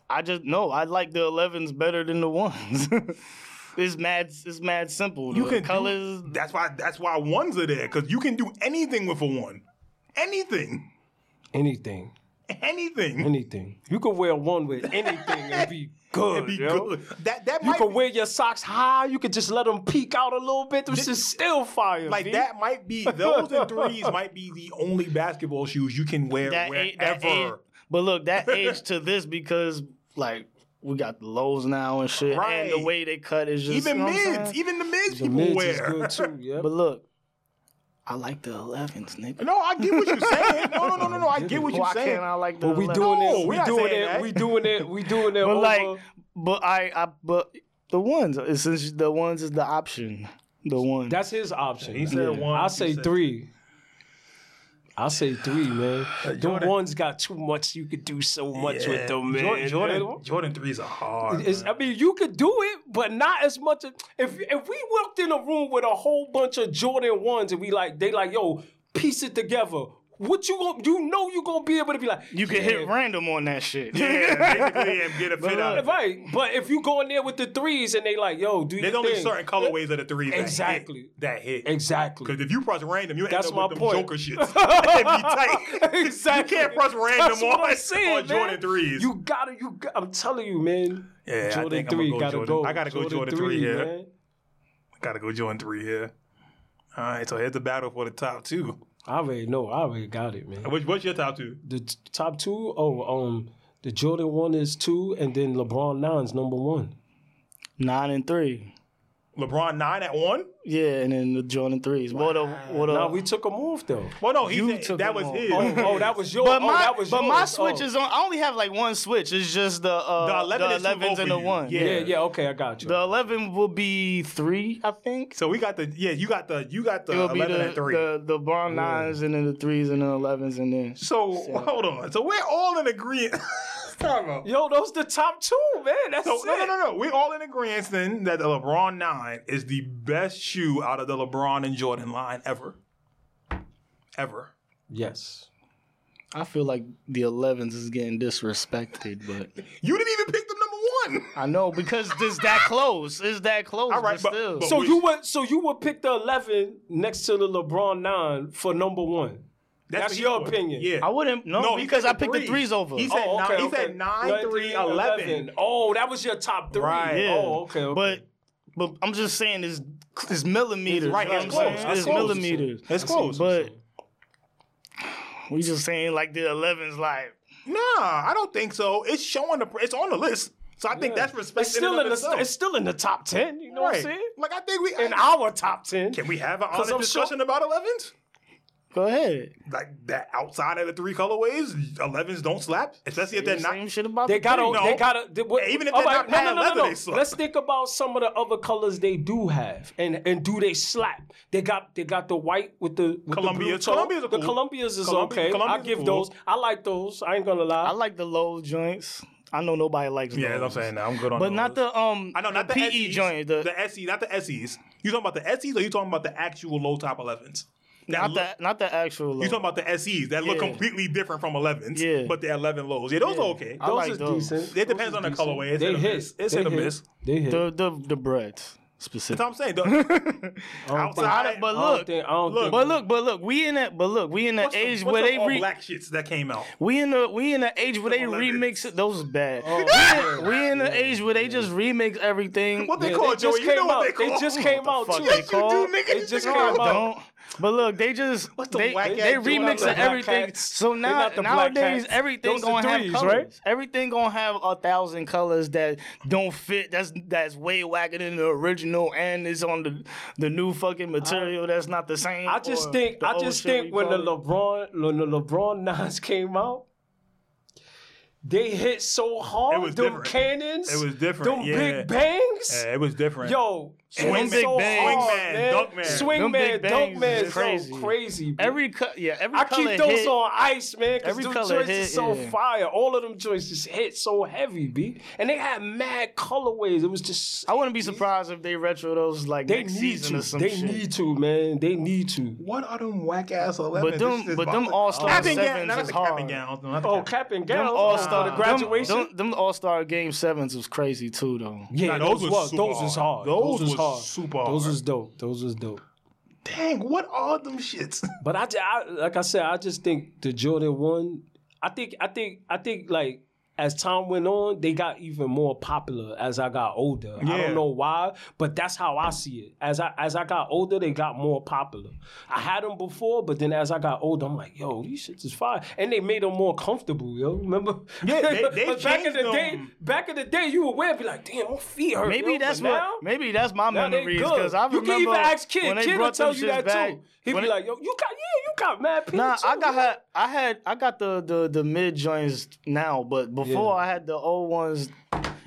S3: I just no. I like the elevens better than the ones. it's mad. It's mad simple.
S1: You
S3: the
S1: can do-
S3: colors.
S1: That's why that's why ones are there because you can do anything with a one, anything,
S2: Anything,
S1: anything.
S2: anything. You can wear one with anything and be good.
S1: It'd be
S2: yo.
S1: good. That that
S2: You
S1: might
S2: can
S1: be-
S2: wear your socks high. You can just let them peek out a little bit. This is still fire.
S1: like
S2: V.
S1: that might be those and threes might be the only basketball shoes you can wear
S3: that a- that age,
S1: wherever.
S3: but look, that age to this because like we got the lows now and shit, and the
S1: Right.
S3: way they cut is just
S1: Even
S3: you know what I'm
S1: mids,
S3: saying?
S1: even the mids
S2: The
S1: people
S2: mids
S1: wear.
S2: is good too. Yeah.
S3: But look, I like the elevens, nigga.
S1: No, I get what you're saying. No, no, no, no, no. I get what
S3: Why
S1: you're
S3: can't
S1: saying.
S3: I like the?
S2: But we
S3: 11s?
S2: doing
S1: No,
S2: it.
S1: we're
S2: We
S1: not
S2: doing
S1: saying
S2: it.
S1: that.
S2: We doing it. We doing it.
S3: But
S2: over-
S3: like, but I, I, but the ones. It's just the ones is the option. The one.
S2: that's his option.
S1: He said one.
S2: I
S1: he
S2: say
S1: said-
S2: three. I say three, man. The
S1: Jordan-
S2: ones got too much. You could do so much
S1: Yeah.
S2: with them, man.
S1: Jordan, Jordan, Jordan threes are hard.
S2: It's- I
S1: man.
S2: mean, you could do it, but not as much. As, if if we walked in a room with a whole bunch of Jordan ones and we like, they like, yo, piece it together. What you going You know you gonna be able to be like.
S3: You can
S2: yeah,
S3: hit random on that shit.
S1: yeah, basically, and get a fit out of it.
S2: Right, but if you go in there with the threes and they like, yo, do
S1: There's
S2: your
S1: only
S2: thing.
S1: certain colorways of the threes
S2: Exactly.
S1: that hit. That hit.
S2: Exactly.
S1: Because if you press random, you end
S2: That's
S1: up
S2: my
S1: with them
S2: point.
S1: Joker shits. That'd be tight.
S2: exactly.
S1: You can't press random
S2: That's what
S1: on-
S2: I'm saying,
S1: on Jordan
S2: man.
S1: threes.
S2: You gotta, you. Got, I'm telling you, man.
S1: Yeah, I
S2: Jordan
S1: think I'm gonna
S2: three
S1: go
S2: gotta
S1: Jordan-
S2: go.
S1: I gotta go Jordan three, yeah.
S2: man.
S1: Gotta go Jordan three here. All right, so here's the battle for the top two.
S2: I already know. I already got it, man.
S1: Which, what's your top two?
S2: The t- top two, oh, um, the Jordan one is two, and then LeBron nine's number one.
S3: Nine and three.
S1: LeBron nine at one.
S3: Yeah, and then the Jordan threes. What a what a.
S2: Now we took him off though.
S1: Well, no, he
S3: You
S1: said-
S3: took
S1: that
S3: him
S1: was
S3: off.
S1: his.
S2: Oh, oh, that was yours.
S3: But
S2: oh,
S3: my
S2: that was
S3: but
S2: yours.
S3: my switch
S2: Oh.
S3: is on. I only have like one switch. It's just the
S1: The
S3: uh,
S1: 11
S3: the
S1: is too low
S3: elevens
S1: for
S3: and the
S1: you.
S3: one.
S1: Yeah.
S2: Yeah, yeah. Okay, I got you.
S3: The eleven will be three, I think.
S1: So we got the yeah, you got the you got the
S3: It will be
S1: eleven
S3: the
S1: and three.
S3: the the Bron nines and then the threes and the elevens and then.
S1: so hold on. So we're all in agreement. Time out.
S2: Yo, those the top two, man. That's
S1: So,
S2: it.
S1: no, no, no, no. We're all in agreement then that the LeBron nine is the best shoe out of the LeBron and Jordan line ever, ever.
S2: Yes.
S3: I feel like the elevens is getting disrespected, but
S1: You didn't even pick them number one.
S3: I know because it's that close. It's that close.
S1: All right, but-
S3: but still.
S1: but-
S2: So
S1: Which-
S2: you would so you would pick the eleven next to the LeBron nine for number one. That's
S1: what he
S2: your
S1: was.
S2: opinion.
S1: Yeah.
S3: I wouldn't no,
S1: No, he
S3: because
S1: said
S3: I picked the
S1: three.
S3: threes over.
S1: He said- nine- he said nine, three, 11.
S2: Oh, that was your top three.
S1: Right.
S3: Yeah.
S2: Oh, okay. okay.
S3: But but I'm just saying it's it's millimeters.
S1: It's right,
S3: you know
S1: it's
S3: what I'm
S1: close,
S3: saying?
S1: it's
S3: It's
S1: close.
S3: millimeters.
S1: It's close.
S3: But we just saying like the 11s like
S1: nah, I don't think so. It's showing the. It's on the list. So I think that's respect.
S2: it's still
S1: in,
S2: in
S1: and of
S2: the
S1: itself.
S2: it's still in the top ten. You know what I'm
S1: Right.
S2: saying?
S1: Like I think we
S2: In our top ten.
S1: Can we have an
S2: 'Cause
S1: honest
S2: I'm sure-
S1: discussion about 11s?
S3: go ahead.
S1: Like that outside of the three colorways, 11s don't slap, especially if they're
S3: Same
S1: not.
S3: shit about
S2: They
S3: the
S2: gotta,
S3: three.
S1: No.
S2: they gotta. They, what,
S1: Even if
S2: all
S1: they're not patent leather, they slap.
S2: Let's think about some of the other colors they do have, and and do they slap? They got they got the white with the with
S1: Columbia-
S2: The blue toe.
S1: Columbias are
S2: the
S1: cool.
S2: Columbias is
S1: Columbia-
S2: okay.
S1: Columbias
S2: I
S1: are
S2: give
S1: cool.
S2: those. I like those. I ain't gonna lie.
S3: I like the low joints. I know nobody likes
S1: Yeah,
S3: those.
S1: I'm saying that. I'm good on
S3: But not the um
S1: I know, not the,
S3: PE
S1: SEs,
S3: joint, the,
S1: The, SE, not the SEs. You talking about the SEs or you talking about the actual low top 11s? That
S3: not
S1: look-
S3: the not the actual low.
S1: You talking about the SEs that look
S3: Yeah.
S1: completely different from 11s,
S3: Yeah.
S1: but they're 11 lows. Yeah, those are okay.
S3: I
S2: those
S3: like
S2: is
S3: those.
S2: decent.
S1: It
S2: Those
S1: depends
S2: is
S1: on the
S2: decent.
S1: colorway. It's
S2: they
S1: hit or
S2: hit.
S1: miss. It's
S2: They
S1: hit or
S2: hit.
S1: miss.
S2: They hit.
S3: the the the breads specifically.
S1: That's what I'm saying. The,
S3: I
S1: outside,
S3: don't- but
S2: I don't
S3: look,
S2: think- I don't
S1: look,
S2: think-
S3: But look, but look, we in that but look, we in that
S1: what's the-
S3: age
S1: what's
S3: where
S1: the
S3: they
S1: all
S3: re-
S1: black shits that came out.
S3: We in the we in the age where they
S1: Come on,
S3: remix it. Those is bad.
S2: Oh,
S3: we,
S2: yeah.
S3: in, we in the age where they just remix everything.
S1: What they
S2: Yeah,
S1: call it, Joey?
S2: just
S1: You know
S2: came
S1: what
S2: out.
S1: they call?
S2: just
S1: it.
S2: came out
S3: fuck
S2: too.
S3: they
S1: Yes, you do, nigg-
S2: It
S1: You
S2: just
S1: think
S2: came
S1: I
S3: No,
S2: out.
S1: Come
S3: don't. But look, they just
S1: What's the
S3: they,
S1: whack
S3: they
S1: ass joint
S3: remixing
S1: out there?
S3: everything.
S2: Black hats.
S3: So
S2: They
S3: now
S2: got the black
S3: nowadays
S2: hats.
S3: everything
S2: Those the
S3: gonna
S2: threes,
S3: have colors.
S2: right?
S3: Everything gonna have a thousand colors that don't fit. That's that's way whacker than the original, and it's on the the new fucking material that's not the same.
S2: I just
S3: or
S2: think
S3: the
S2: I
S3: old
S2: just
S3: shit we
S2: think when the
S3: call it.
S2: LeBron when the LeBron nines came out, they hit so hard.
S1: It was
S2: them
S1: different.
S2: cannons.
S1: It was different,
S2: Them
S1: yeah.
S2: big bangs.
S1: Yeah, it was different.
S2: Yo,
S1: Swing
S2: swing
S3: big
S2: so
S3: bangs.
S2: hard,
S1: Swing man,
S2: man.
S1: dunk man.
S3: Them
S2: Swing
S3: big
S2: man, dunk
S3: bangs
S2: man.
S3: is
S2: Crazy.
S3: crazy.
S2: So crazy. bro.
S3: every cut, yeah, every
S2: I
S3: color
S2: keep those
S3: hit.
S2: on ice, man, because
S3: Every
S2: them
S3: color
S2: joints
S3: hit,
S2: is so
S3: yeah.
S2: fire. All of them joints just hit so heavy, b. And they had mad colorways. It was just
S3: I wouldn't be surprised if they retro those like
S2: they need
S3: next season
S2: to.
S3: or some
S2: They
S3: shit.
S2: need to, man. They need to.
S1: What are them whack ass 11s?
S3: But them- but them all-star sevens
S1: not
S3: is
S1: the cap and
S3: hard.
S1: gowns. No, not the
S2: Oh,
S1: cap-
S2: cap and
S3: Them
S2: gown.
S3: all
S2: for
S3: star
S2: the graduation.
S3: Them, them all star game sevens was crazy too though.
S1: Nah,
S2: Yeah, those,
S1: those was
S2: was,
S1: super
S2: those was
S1: hard.
S2: hard.
S1: Those
S2: Those, was
S1: was
S2: hard.
S1: super
S2: Those
S1: hard.
S2: was dope. Those was dope.
S1: dang, what are them shits?
S2: But I, ju- I- like I said, I just think the Jordan one. I think I think I think like as time went on, they got even more popular as I got older. I
S1: Yeah.
S2: don't know why, but that's how I see it. As I as I got older, they got more popular. I had them before, but then as I got older, I'm like, yo, these shits is fire, and they made them more comfortable. Yo, remember?
S1: Yeah, they- they
S2: But back in
S1: changed
S2: the day,
S1: them.
S2: back in the day, you would wear it, be like, damn, my feet hurt.
S3: Maybe
S2: yo,
S3: that's
S2: but
S3: what.
S2: now-
S3: Maybe that's my
S2: now they
S3: memories
S2: good.
S3: because I remember
S2: you can even ask kid.
S3: when they
S2: kid will
S3: brought
S2: tell
S3: them
S2: you that
S3: shits back.
S2: too. He'd
S3: when
S2: be
S3: it-
S2: like, "Yo, you got yeah, you got mad people
S3: Nah,
S2: too,
S3: I
S2: man."
S3: got her. I had I got the the the mid joints now, but before I had the old ones.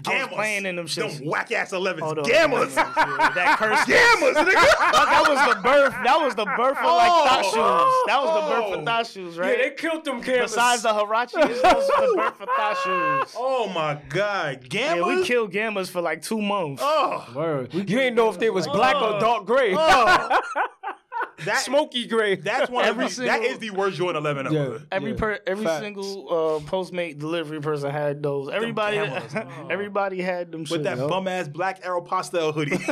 S1: Gamblers.
S3: playing in them shits.
S1: Them whack ass 11s.
S3: Oh, the-
S1: Gamblers.
S3: yeah, yeah, that curse.
S1: Gamblers, nigga.
S3: Fuck, that was the birth. That was the birth of like thought
S1: Oh.
S3: shoes. That was the birth
S1: Oh.
S3: of thought shoes,
S2: Yeah,
S3: right?
S2: they killed them cameras.
S3: Besides the Hirachi, this was the birth of thought shoes.
S1: Oh my God.
S3: Yeah,
S1: Gamblers?
S3: we killed gammas for like two months.
S1: Oh,
S2: Word. You ain't know if they was black
S3: Uh,
S2: or dark gray,
S1: oh. that,
S2: smoky gray.
S1: That's one
S3: Every
S1: of the, that
S3: single-
S1: is the worst Jordan 11 ever.
S2: Yeah.
S3: Every per, every
S2: Facts.
S3: single uh, Postmate delivery person had those. Everybody,
S1: gammas.
S3: everybody had them.
S1: With
S3: shit,
S1: that
S3: yo.
S1: bum ass black arrow pastel hoodie.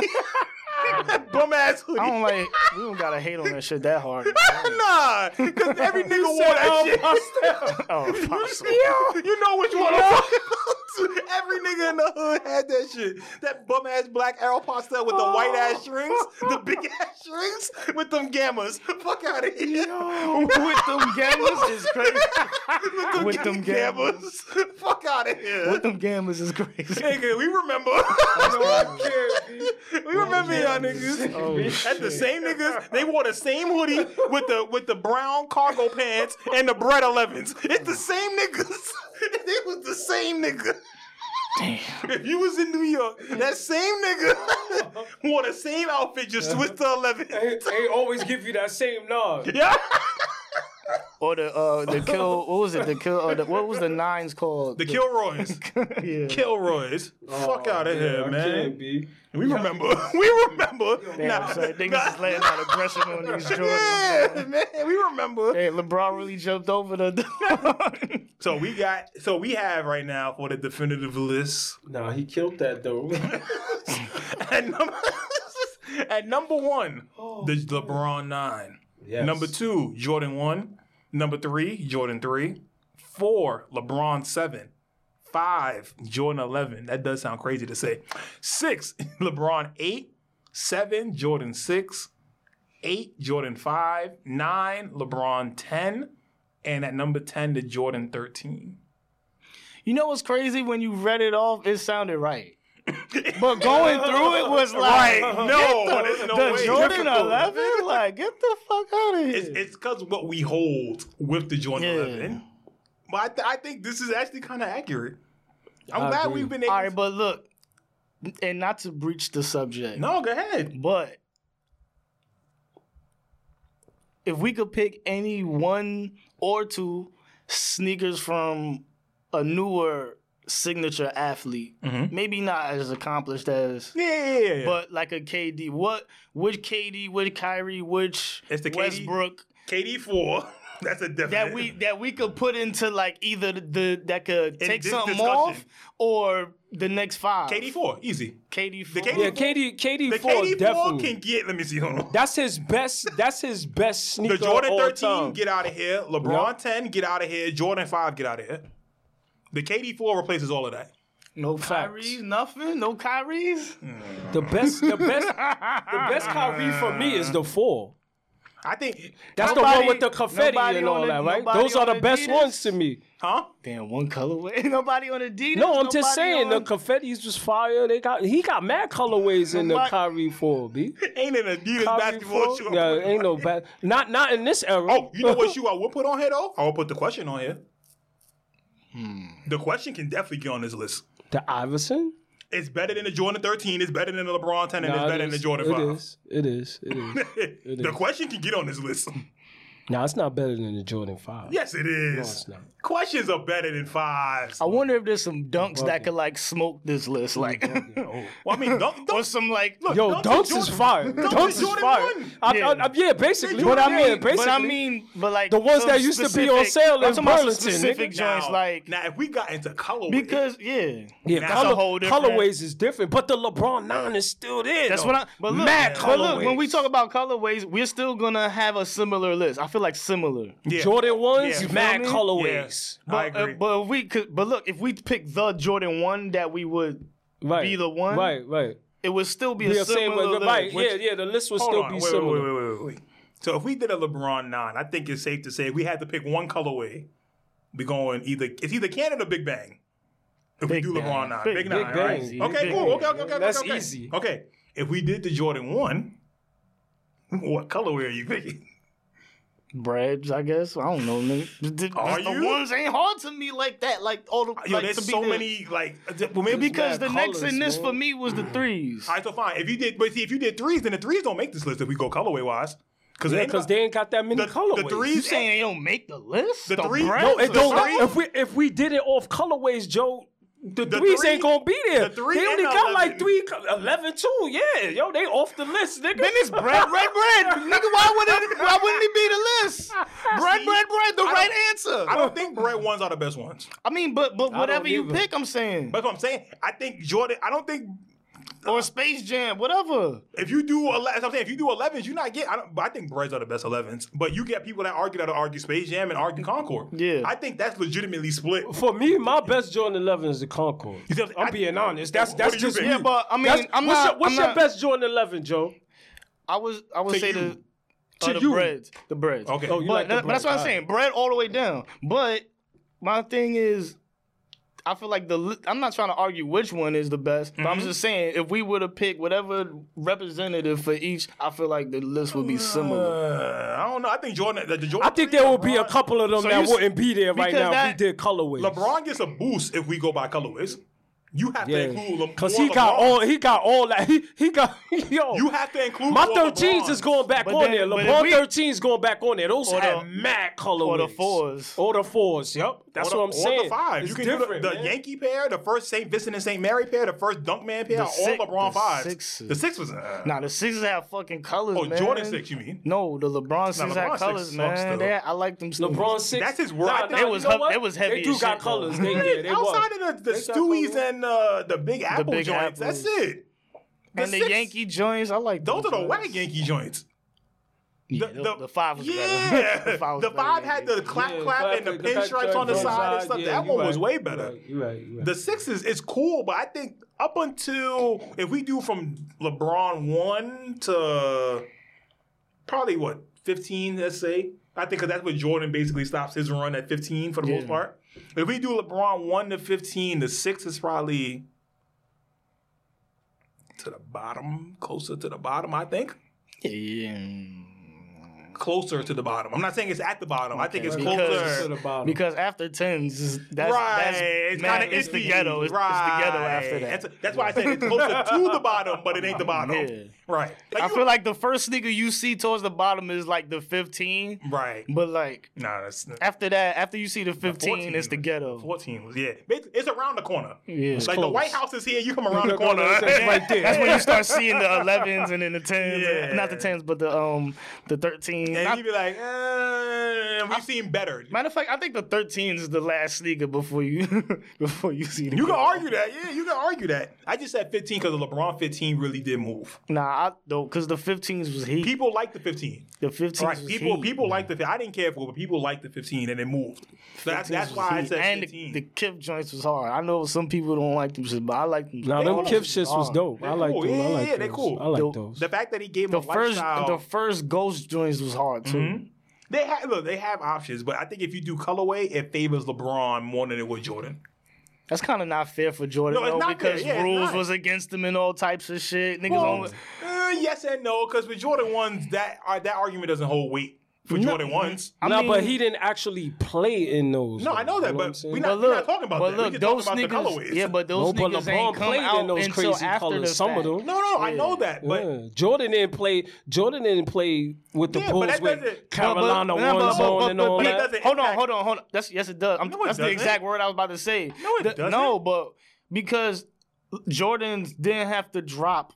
S1: that bum ass hoodie.
S3: I don't like. We don't gotta hate on that shit that hard.
S1: nah, because every nigga wore that shit.
S3: Oh, fuck.
S1: You- you know which one I'm talking about. Every nigga in the hood had that shit. That bum ass black arrow pastel with the
S3: Oh.
S1: white ass strings, the big ass strings, with them gammas. Fuck out of here.
S3: with them gammas is crazy.
S1: with them,
S3: With them
S1: gammas. Fuck out of here.
S3: With them gammas is crazy.
S1: Nigga, we remember. we remember y'all niggas.
S3: Oh,
S1: At the same niggas, they wore the same hoodie with the with the brown cargo pants and the bread 11s. It's the same niggas. they was the same nigga.
S3: Damn.
S1: If you was in New York, that same nigga wore the same outfit, just switched to 11.
S2: They, they always give you that same nod.
S1: Yeah.
S3: Or the uh, the kill. What was it? The kill. Uh, the, what was the nines called?
S1: The Kilroys.
S3: yeah.
S1: Kilroys. Fuck out
S3: Oh,
S1: of here, man.
S2: B.
S1: We remember. We remember.
S3: Damn,
S1: Nah,
S3: son, niggas
S1: nah.
S3: is laying out aggression on these Jordans.
S1: Yeah, man, we remember.
S3: Hey, LeBron really jumped over the.
S1: So we got, so we have right now for the definitive list
S2: Nah, he killed that though.
S1: at number, at number one, the LeBron nine.
S2: yes.
S1: Number two, Jordan one. Number three, Jordan three. Four, LeBron seven. Five, Jordan eleven. That does sound crazy to say. Six, LeBron eight. Seven, Jordan six. Eight, Jordan five. Nine, LeBron ten. And at number ten, the Jordan thirteen.
S3: you know what's crazy? When you read it off, it sounded right. But going through it was like,
S1: Right.
S3: get
S1: No, there's no
S3: the
S1: way.
S3: Jordan
S1: Difficult.
S3: 11? Like, get the fuck out of here.
S1: It's it's because what we hold with the Jordan
S3: Yeah.
S1: eleven. But I, th- I think this is actually kind of accurate. I'm glad
S2: agree.
S1: we've been able.
S3: All right, but look, and not to breach the subject,
S1: no, go ahead.
S3: but if we could pick any one or two sneakers from a newer signature athlete, maybe not as accomplished as,
S1: Yeah, yeah, Mm-hmm. yeah, yeah.
S3: but like a KD, what which KD, which Kyrie, which
S1: It's the KD.
S3: Westbrook.
S1: KD four. That's a definite.
S3: that we that we could put into like either the that could
S1: In
S3: take
S1: this
S3: something
S1: discussion.
S3: off or the next five.
S1: KD four easy.
S3: KD four.
S1: KD
S2: yeah, KD, KD
S1: The
S2: four
S1: KD four
S2: definitely.
S1: can get. Let me see. Hold on.
S2: That's his best. That's his best sneaker.
S1: The Jordan
S2: all
S1: thirteen
S2: time.
S1: get out of here. LeBron ten get out of here. Jordan five get out of here. The KD four replaces all of that.
S3: no
S2: facts.
S3: Kyries, nothing. No Kyries.
S2: the best. The best. the best Kyrie for me is the four.
S1: I think.
S2: That's the one
S3: Nobody-
S2: with the confetti
S3: nobody
S2: and all
S3: on
S2: that,
S3: the-
S2: right?
S3: nobody
S2: Those are
S3: on
S2: the best
S3: Adidas?
S2: ones to me.
S1: Huh?
S3: Damn, one colorway. Ain't nobody on Adidas.
S2: No, I'm just
S3: nobody
S2: saying the
S3: on-
S2: confetti's was fire. They got he got mad colorways in the
S3: Nobody-
S2: Kyrie four, b.
S1: Ain't an Adidas
S2: Kyrie
S1: basketball
S2: four?
S1: shoe. I'm
S2: Yeah,
S1: putting
S2: ain't
S1: on
S2: no
S1: here.
S2: bad. Not not in this era.
S1: Oh, you know what shoe I will put on here though? I will put the question on here. The question can definitely get on this list.
S2: the Iverson.
S1: It's better than the Jordan 13. It's better than the LeBron 10, and it's
S2: Nah, it
S1: better than the
S2: is.
S1: Jordan
S2: It
S1: 5.
S2: is. It is. It is.
S1: the question can get on this list.
S2: Nah, it's not better than the Jordan Five.
S1: Yes, it is.
S2: it's not.
S1: Questions are better than fives.
S3: I wonder if there's some dunks that could like smoke this list, like
S1: Well, I mean, don't,
S3: or
S1: don't,
S3: some like. Look,
S2: Yo,
S1: Dunks
S2: Dunks
S1: and
S2: is
S1: Jordan-
S2: fire.
S1: Dunks and
S2: Dunks is
S1: Jordan
S2: fire.
S1: one.
S2: I,
S3: Yeah.
S2: I, I, yeah, basically. What I
S1: Jordan
S2: mean,
S1: eight,
S2: basically.
S3: but I mean, but like
S2: The ones
S3: some
S2: that used to be on
S3: specific-
S2: sale
S3: I'm
S2: in
S3: talking about some
S2: Burlington, nigga.
S3: Specific joints
S1: now,
S3: like
S1: now, if we got into colorway,
S3: because yeah.
S2: yeah,
S1: That's
S2: color,
S1: a
S3: whole different-
S2: colorways is different, but the LeBron Nine is still there.
S3: That's
S2: though.
S3: what I. But look,
S2: Mad
S3: but look, when we
S2: colorways.
S3: talk about colorways, we're still gonna have a similar list. I feel like similar.
S1: yeah.
S2: Jordan ones,
S1: Yeah.
S2: mad
S3: me?
S2: colorways.
S1: Yeah. I
S3: But, uh,
S1: agree.
S3: but if we could. But look, if we pick the Jordan one that we would,
S2: Right.
S3: Be the one.
S2: Right, right.
S3: it would still be
S2: Be
S3: a
S2: the same,
S3: similar list.
S2: right.
S3: which-
S2: yeah, yeah. The list would
S1: Hold
S2: still
S1: on,
S2: be
S1: wait,
S2: similar.
S1: wait, wait, wait, wait, wait. So if we did a LeBron 9, I think it's safe to say if we had to pick one colorway, we going either, it's either Canada or Big Bang. If
S3: Big
S1: we do LeBron
S3: Bang.
S1: 9. Big,
S3: Big
S1: 9,
S2: Bang.
S1: right?
S2: Easy.
S1: Okay,
S3: Big
S1: cool.
S3: Bang.
S1: Okay, okay, okay.
S2: That's
S1: okay.
S2: easy.
S1: Okay. If we did the Jordan 1, what colorway are you picking?
S3: breads, I guess. I don't know, nigga. Th- th-
S1: Are
S3: the
S1: you?
S3: ones ain't hard to me like that. Like all the
S1: Yo,
S3: like, to
S1: there's
S3: be
S1: so
S3: there.
S1: many like. th- Well, maybe
S3: Because
S1: the.
S3: the next
S2: colours,
S3: in this
S2: bro.
S3: for me was the threes.
S1: All right, so fine. If you did, but see, if you did threes, then the threes don't make this list if we go colorway wise. Because
S2: Yeah, because they ain't got that many
S1: The- the
S2: colorways.
S1: three-
S3: you saying they don't make the list?
S1: The three-
S3: breads?
S1: No,
S2: It
S1: The
S2: don't.
S1: three-
S2: if we if we did it off colorways, Joe, the,
S1: The
S2: threes
S1: three-
S2: ain't gonna be there.
S1: the three
S2: they only
S1: and
S2: got
S1: 11.
S2: like three, 11 too. Yeah, yo, they off the list, nigga.
S3: Then it's bread, bread, bread. Nigga, why wouldn't it, why wouldn't it be the list? Bread, bread, bread. The right answer.
S1: I don't think bread ones are the best ones.
S3: I mean, but but whatever you
S2: either.
S3: pick, I'm saying.
S1: That's what I'm saying. I think Jordan. I don't think
S3: or Space Jam, whatever.
S1: if you do. ele- That's what I'm saying. If you do 11s, you're not getting. I, don't, but I think breads are the best 11s. But you get people that argue that argue Space Jam and argue Concord.
S3: Yeah.
S1: I think that's legitimately split.
S2: For me, my best Jordan 11 is the Concord.
S1: see what I'm saying?
S2: I'm
S1: I-
S2: being honest. That's
S1: What
S2: that's
S1: do you
S2: just
S1: think?
S2: me.
S1: Yeah,
S3: but, I mean,
S2: That's-
S3: I'm
S2: what's
S3: not-
S2: your, what's
S3: I'm
S2: your
S3: not-
S2: best Jordan 11, Joe?
S3: I was I would
S1: To
S3: say
S1: you.
S3: the uh,
S2: To
S3: the
S2: you.
S3: breads, the breads.
S1: Okay.
S2: Oh, you
S3: but,
S2: like the
S3: that- but that's what
S2: bread.
S3: I'm saying. Bread all the way down. But my thing is, I feel like the li- I'm not trying to argue which one is the best. But I'm
S1: Mm-hmm.
S3: just saying if we would have picked whatever representative for each, I feel like the list would be similar.
S1: Uh, I don't know. I think Jordan. The, the
S2: I
S1: Jordan
S2: think
S1: three,
S2: there will be a
S1: LeBron-
S2: couple of them
S3: So you
S2: that
S3: s-
S2: wouldn't be there right
S3: because
S2: now
S3: that-
S2: if we did colorways.
S1: LeBron gets a boost if we go by colorways. You have to include Le-
S2: Cause
S1: more
S2: he got
S1: LeBrons.
S2: all he got all that he he got yo.
S1: You have to include
S2: my
S1: more
S2: 13s
S1: LeBrons.
S2: is going back
S3: But
S2: on
S3: then-
S2: there.
S3: but if
S2: LeBron
S3: we-
S2: 13s going back on there. Those
S3: Or
S2: had
S3: the-
S2: mad colorways.
S3: or the fours.
S2: Or the fours. Yep. That's
S1: Or the-
S2: what I'm
S1: or
S2: saying.
S1: The five.
S2: It's
S1: you can do the,
S2: different,
S1: the
S2: man.
S1: Yankee pair, the first St. Vincent and St. Mary pair, the first Dunkman pair,
S3: The
S1: all
S3: six-
S1: LeBron
S3: the
S1: fives.
S3: sixes.
S1: The six was uh,
S3: Now the sixes have fucking colors,
S1: oh
S3: man.
S1: Jordan six. You mean?
S3: No, the LeBron sixes
S1: LeBron
S3: had
S1: six
S3: colors,
S1: sucks, though.
S3: man. They, I like them. Still.
S2: LeBron six.
S1: That's his word. I
S2: Nah,
S1: think
S2: nah,
S1: it
S2: you
S3: was
S2: know
S3: hev-
S2: what?
S3: it was heavy
S2: They do
S3: as
S2: got
S3: shit, though.
S2: colors. They, yeah, they was.
S1: Outside of the, the
S2: They got
S1: Stewies
S2: colorways.
S1: and uh, the Big Apple
S3: Big
S1: joints, that's
S3: Apples.
S1: it.
S3: and the
S1: six-
S3: Yankee joints, I like
S1: Those are
S3: them
S1: the
S3: joints.
S1: whack Yankee joints.
S3: Yeah, the, the five was
S1: yeah.
S3: better. was
S1: the
S3: better
S1: five
S3: than
S1: had
S3: these.
S1: the clap
S2: Yeah,
S1: clap
S2: five
S1: and the
S2: fingers, back
S1: pinstripes
S2: stripes
S1: on the side and stuff.
S2: yeah,
S1: that
S2: you
S1: one
S2: right,
S1: was way
S2: you
S1: better.
S2: right, You right. You right.
S1: The sixes is cool, but I think up until if we do from LeBron one to probably what fifteen, let's say. I think 'cause that's where Jordan basically stops his run at fifteen for the most
S3: Yeah.
S1: part. If we do LeBron one to fifteen, the six is probably to the bottom, closer to the bottom. I think
S3: Yeah.
S1: closer to the bottom. I'm not saying it's at the bottom. I think it's
S3: Okay.
S1: closer.
S3: Because-
S2: To the bottom.
S3: Because after tens, is- that's
S1: right.
S3: that's
S1: it's
S3: man,
S1: kind of
S3: it's the ghetto. It's, it's the ghetto after that.
S1: That's, that's why I said it's closer to the bottom, but it ain't the bottom.
S3: Yeah.
S1: Right. Like
S3: I
S1: you-
S3: feel like the first sneaker you see towards the bottom is like the fifteen,
S1: right.
S3: but like
S1: Nah, that's
S3: after that, after you see the fifteen,
S1: 14
S3: it's the
S1: was-
S3: ghetto.
S1: fourteen was yeah. It's, it's around the corner.
S3: Yeah,
S1: Like
S3: it's
S1: the
S3: close.
S1: White House is here. You come around the
S2: Look,
S1: corner.
S2: look, it's right there.
S3: That's when you start seeing the elevens and then the tens,
S1: Yeah.
S3: not the tens, but the um the thirteen.
S1: And
S3: Not-
S1: you be like, uh, we've seen better.
S3: matter of fact, I think the thirteen is the last sneaker before you before you see. The
S1: You can
S3: ghetto.
S1: argue that. Yeah, you can argue that. I just said 15 because the LeBron 15 really did move.
S3: Nah, I, though, because the 15s was heat.
S1: People like the 15.
S3: the 15s
S1: Right,
S3: was
S1: people
S3: heat.
S1: people like the. I didn't care for, it, but people like the 15, and it moved. So that's that's
S3: was
S1: why I
S3: heat.
S1: said
S3: and
S1: 15.
S3: the, the Kip joints was hard. I know some people don't like them shit, but I like them.
S2: Now
S3: They
S2: them
S3: all
S2: Kip shits was
S3: hard.
S2: dope. I
S1: They're
S2: like
S1: cool.
S2: them. I
S1: Yeah,
S2: like
S1: yeah, they're
S2: those.
S1: cool.
S2: I like
S3: The-
S2: those.
S1: The fact that he gave him
S3: The
S1: a
S3: first,
S1: lifestyle,
S3: the first Ghost joints was hard too.
S1: Mm-hmm. they have look, they have options, but I think if you do colorway, it favors LeBron more than it would Jordan.
S3: That's kind of not fair for Jordan
S1: No, it's
S3: though,
S1: not fair.
S3: because
S1: Yeah, it's
S3: rules
S1: not.
S3: was against him and all types of shit. Niggas
S1: Well,
S3: only,
S1: uh, yes and no, because with Jordan ones, that uh, that argument doesn't hold weight for Jordan ones.
S3: I
S2: nah,
S3: mean,
S2: but he didn't actually play in those.
S1: No, I know that,
S2: You what I'm
S1: but
S2: saying?
S1: we're not,
S3: But
S1: we're not talking about
S3: but
S1: that.
S3: look,
S1: we just
S3: those
S1: talking about the
S3: niggas,
S1: colorways.
S3: yeah, but
S2: No,
S3: those
S2: but
S3: niggas
S2: LeBron
S3: ain't come
S2: played
S3: out
S2: in those
S3: until
S2: crazy
S3: after the
S2: colors. Some of
S3: fact.
S2: them.
S1: no, no, I know that, but
S2: Yeah, Jordan didn't play. Jordan didn't play with the
S1: Yeah, but
S2: Bulls
S1: that
S2: with
S1: doesn't-
S2: Carolina
S3: But- but-
S2: ones
S3: but-
S2: on
S3: but-
S2: and
S3: but-
S2: all
S3: but-
S1: it
S2: that.
S1: doesn't
S3: Hold on,
S1: impact-
S3: hold on, hold on. That's yes, it does. I'm,
S1: No, it
S3: that's
S1: doesn't.
S3: the exact word I was about to say.
S1: No, it
S3: The-
S1: doesn't.
S3: No, but because Jordans didn't have to drop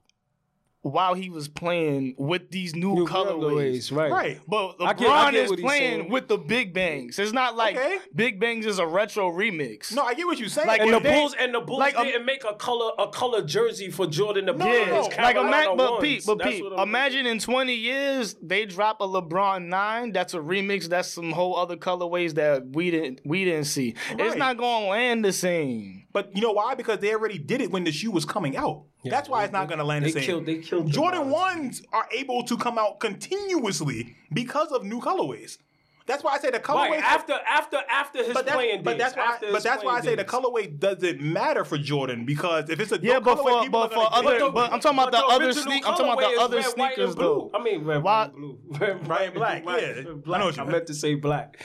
S3: while he was playing with these new,
S2: New
S3: colorways.
S2: right?
S1: right.
S3: But LeBron
S2: I get- I get
S3: is
S2: what he's
S3: playing
S2: saying.
S3: with the Big Bangs. It's not like
S1: Okay.
S3: Big Bangs is a retro remix.
S1: No, I get what you're saying.
S3: Like,
S1: but
S2: And the
S3: They-
S2: Bulls and the Bulls
S3: like, um,
S2: didn't make a color a color jersey for Jordan to play.
S1: no,
S3: Yeah,
S2: his
S1: no.
S3: like
S2: Carolina
S3: imagine, but
S2: ones.
S3: Pete, but
S2: That's
S3: Pete,
S2: what I'm-
S3: imagine in twenty years they drop a LeBron nine. That's a remix. That's some whole other colorways that we didn't we didn't see. It's
S1: Right.
S3: not gonna land the same.
S1: But you know why? Because they already did it when the shoe was coming out. That's why it's not going to land
S2: They
S1: the same.
S2: killed. They killed. the
S1: Jordan
S2: Bulls.
S1: ones are able to come out continuously because of new colorways. That's why I say the colorway.
S2: Right after after after his
S1: but that's,
S2: playing days.
S1: but that's why.
S2: after his
S1: But that's why I
S2: playing
S1: say the
S2: days.
S1: colorway doesn't matter for Jordan because if it's a
S3: Yeah,
S1: dope
S3: but
S1: colorway,
S3: for,
S1: people
S3: but
S1: are
S3: for
S1: gonna get
S3: other,
S1: it.
S3: but I'm talking about the, other
S2: original
S3: sneak. I'm talking about
S2: colorway
S3: the
S2: is
S3: other
S2: red, white, and
S3: sneakers
S2: blue.
S3: though.
S2: I mean, red,
S3: Why-
S2: white, blue, red, white, and
S1: black, yeah. I know what you
S2: I
S1: mean.
S2: meant to say black.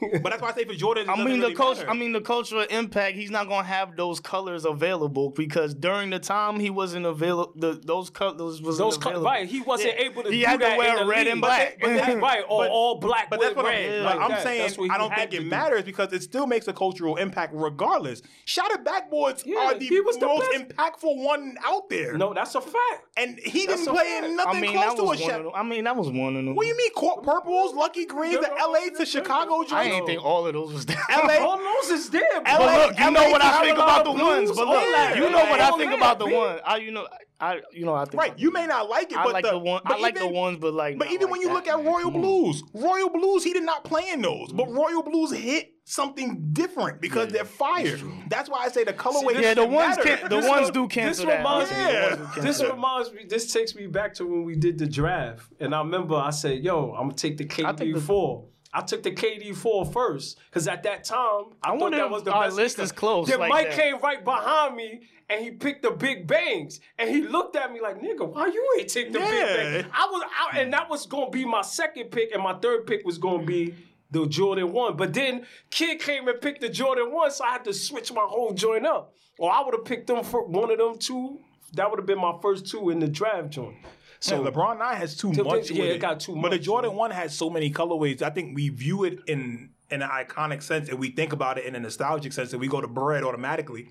S1: But that's why I say for Jordan. it
S3: I
S1: doesn't
S3: mean the
S1: really
S3: coach.
S1: matter.
S3: I mean the cultural impact. He's not gonna have those colors available because during the time he wasn't available. Those colors was
S2: Those co- right, he wasn't able to.
S3: He
S2: do
S3: had to
S2: that
S3: wear
S2: in the
S3: red
S2: league.
S3: and black.
S2: But that- but that- right, or
S1: But-
S2: all black
S1: But
S2: with
S1: that's what
S2: red.
S1: I'm,
S3: like
S1: but I'm
S2: that.
S1: saying.
S2: That's what he
S1: I don't
S2: had
S1: think
S2: to
S1: it
S2: do.
S1: matters because it still makes a cultural impact regardless. Shouted backboards
S2: Yeah,
S1: are the
S2: he was the
S1: most
S2: best.
S1: impactful one out there.
S2: No, that's a fact.
S1: and he
S2: that's
S1: didn't
S2: a
S1: play
S2: fact.
S1: in
S3: I
S1: nothing
S3: mean
S1: close
S3: that
S1: to a
S3: was one of
S1: shot.
S3: them. I mean that was one of them.
S1: What do you mean? Court purples, lucky greens, to LA to Chicago.
S3: I ain't
S1: Jordan?
S3: think all of those was down.
S1: LA,
S2: Almost is there, bro.
S1: LA
S3: But look, you know what I think about the
S2: Blues,
S3: ones. But
S2: all
S3: look,
S2: that.
S3: you know what I
S2: All
S3: think
S2: that,
S3: about the
S2: man.
S3: one. I you know I you know I think
S1: right? You may not like it,
S3: I
S1: but
S3: like
S1: the,
S3: the, one.
S1: but
S3: I like
S1: even-
S3: the ones, but like.
S1: But
S3: not
S1: even
S3: like
S1: when you
S3: that,
S1: look at
S3: man.
S1: Royal
S3: Come on. Mm.
S1: Blues, Royal Blues, he did not play in those. But Royal Blues hit something different because they're fire. That's why I say the colorway.
S3: Yeah, the
S1: shouldn't
S3: ones
S1: matter.
S3: can, the
S2: This
S3: ones
S2: one-
S3: do
S2: this
S3: cancel
S2: one
S3: that. I
S2: bothers
S3: mean,
S1: me.
S3: the ones
S1: Yeah.
S3: do cancel
S2: This
S3: that.
S2: reminds me. This takes me back to when we did the draft, and I remember I said, "Yo, I'm gonna take the
S3: think
S2: KD
S3: the-
S2: four. I took the KD four first because at that time I, thought
S3: wonder
S2: that
S3: if
S2: was the
S3: our
S2: best.
S3: list
S2: sneaker.
S3: is close
S2: Then
S3: like
S2: Mike
S3: that.
S2: came right behind me and he picked the Big Bangs and he looked at me like, "Nigga, why you ain't take the
S1: Yeah.
S2: Big Bang?" I was out, and that was gonna be my second pick, and my third pick was gonna be. The Jordan one, but then Kid came and picked the Jordan one, so I had to switch my whole joint up, or I would have picked them for one of them two. That would have been my first two in the draft joint.
S1: So LeBron nine has too much.
S2: yeah,
S1: with
S2: it got too
S1: But the
S2: much,
S1: Jordan one has so many colorways. I think we view it in in an iconic sense, and we think about it in a nostalgic sense, and we go to bread automatically.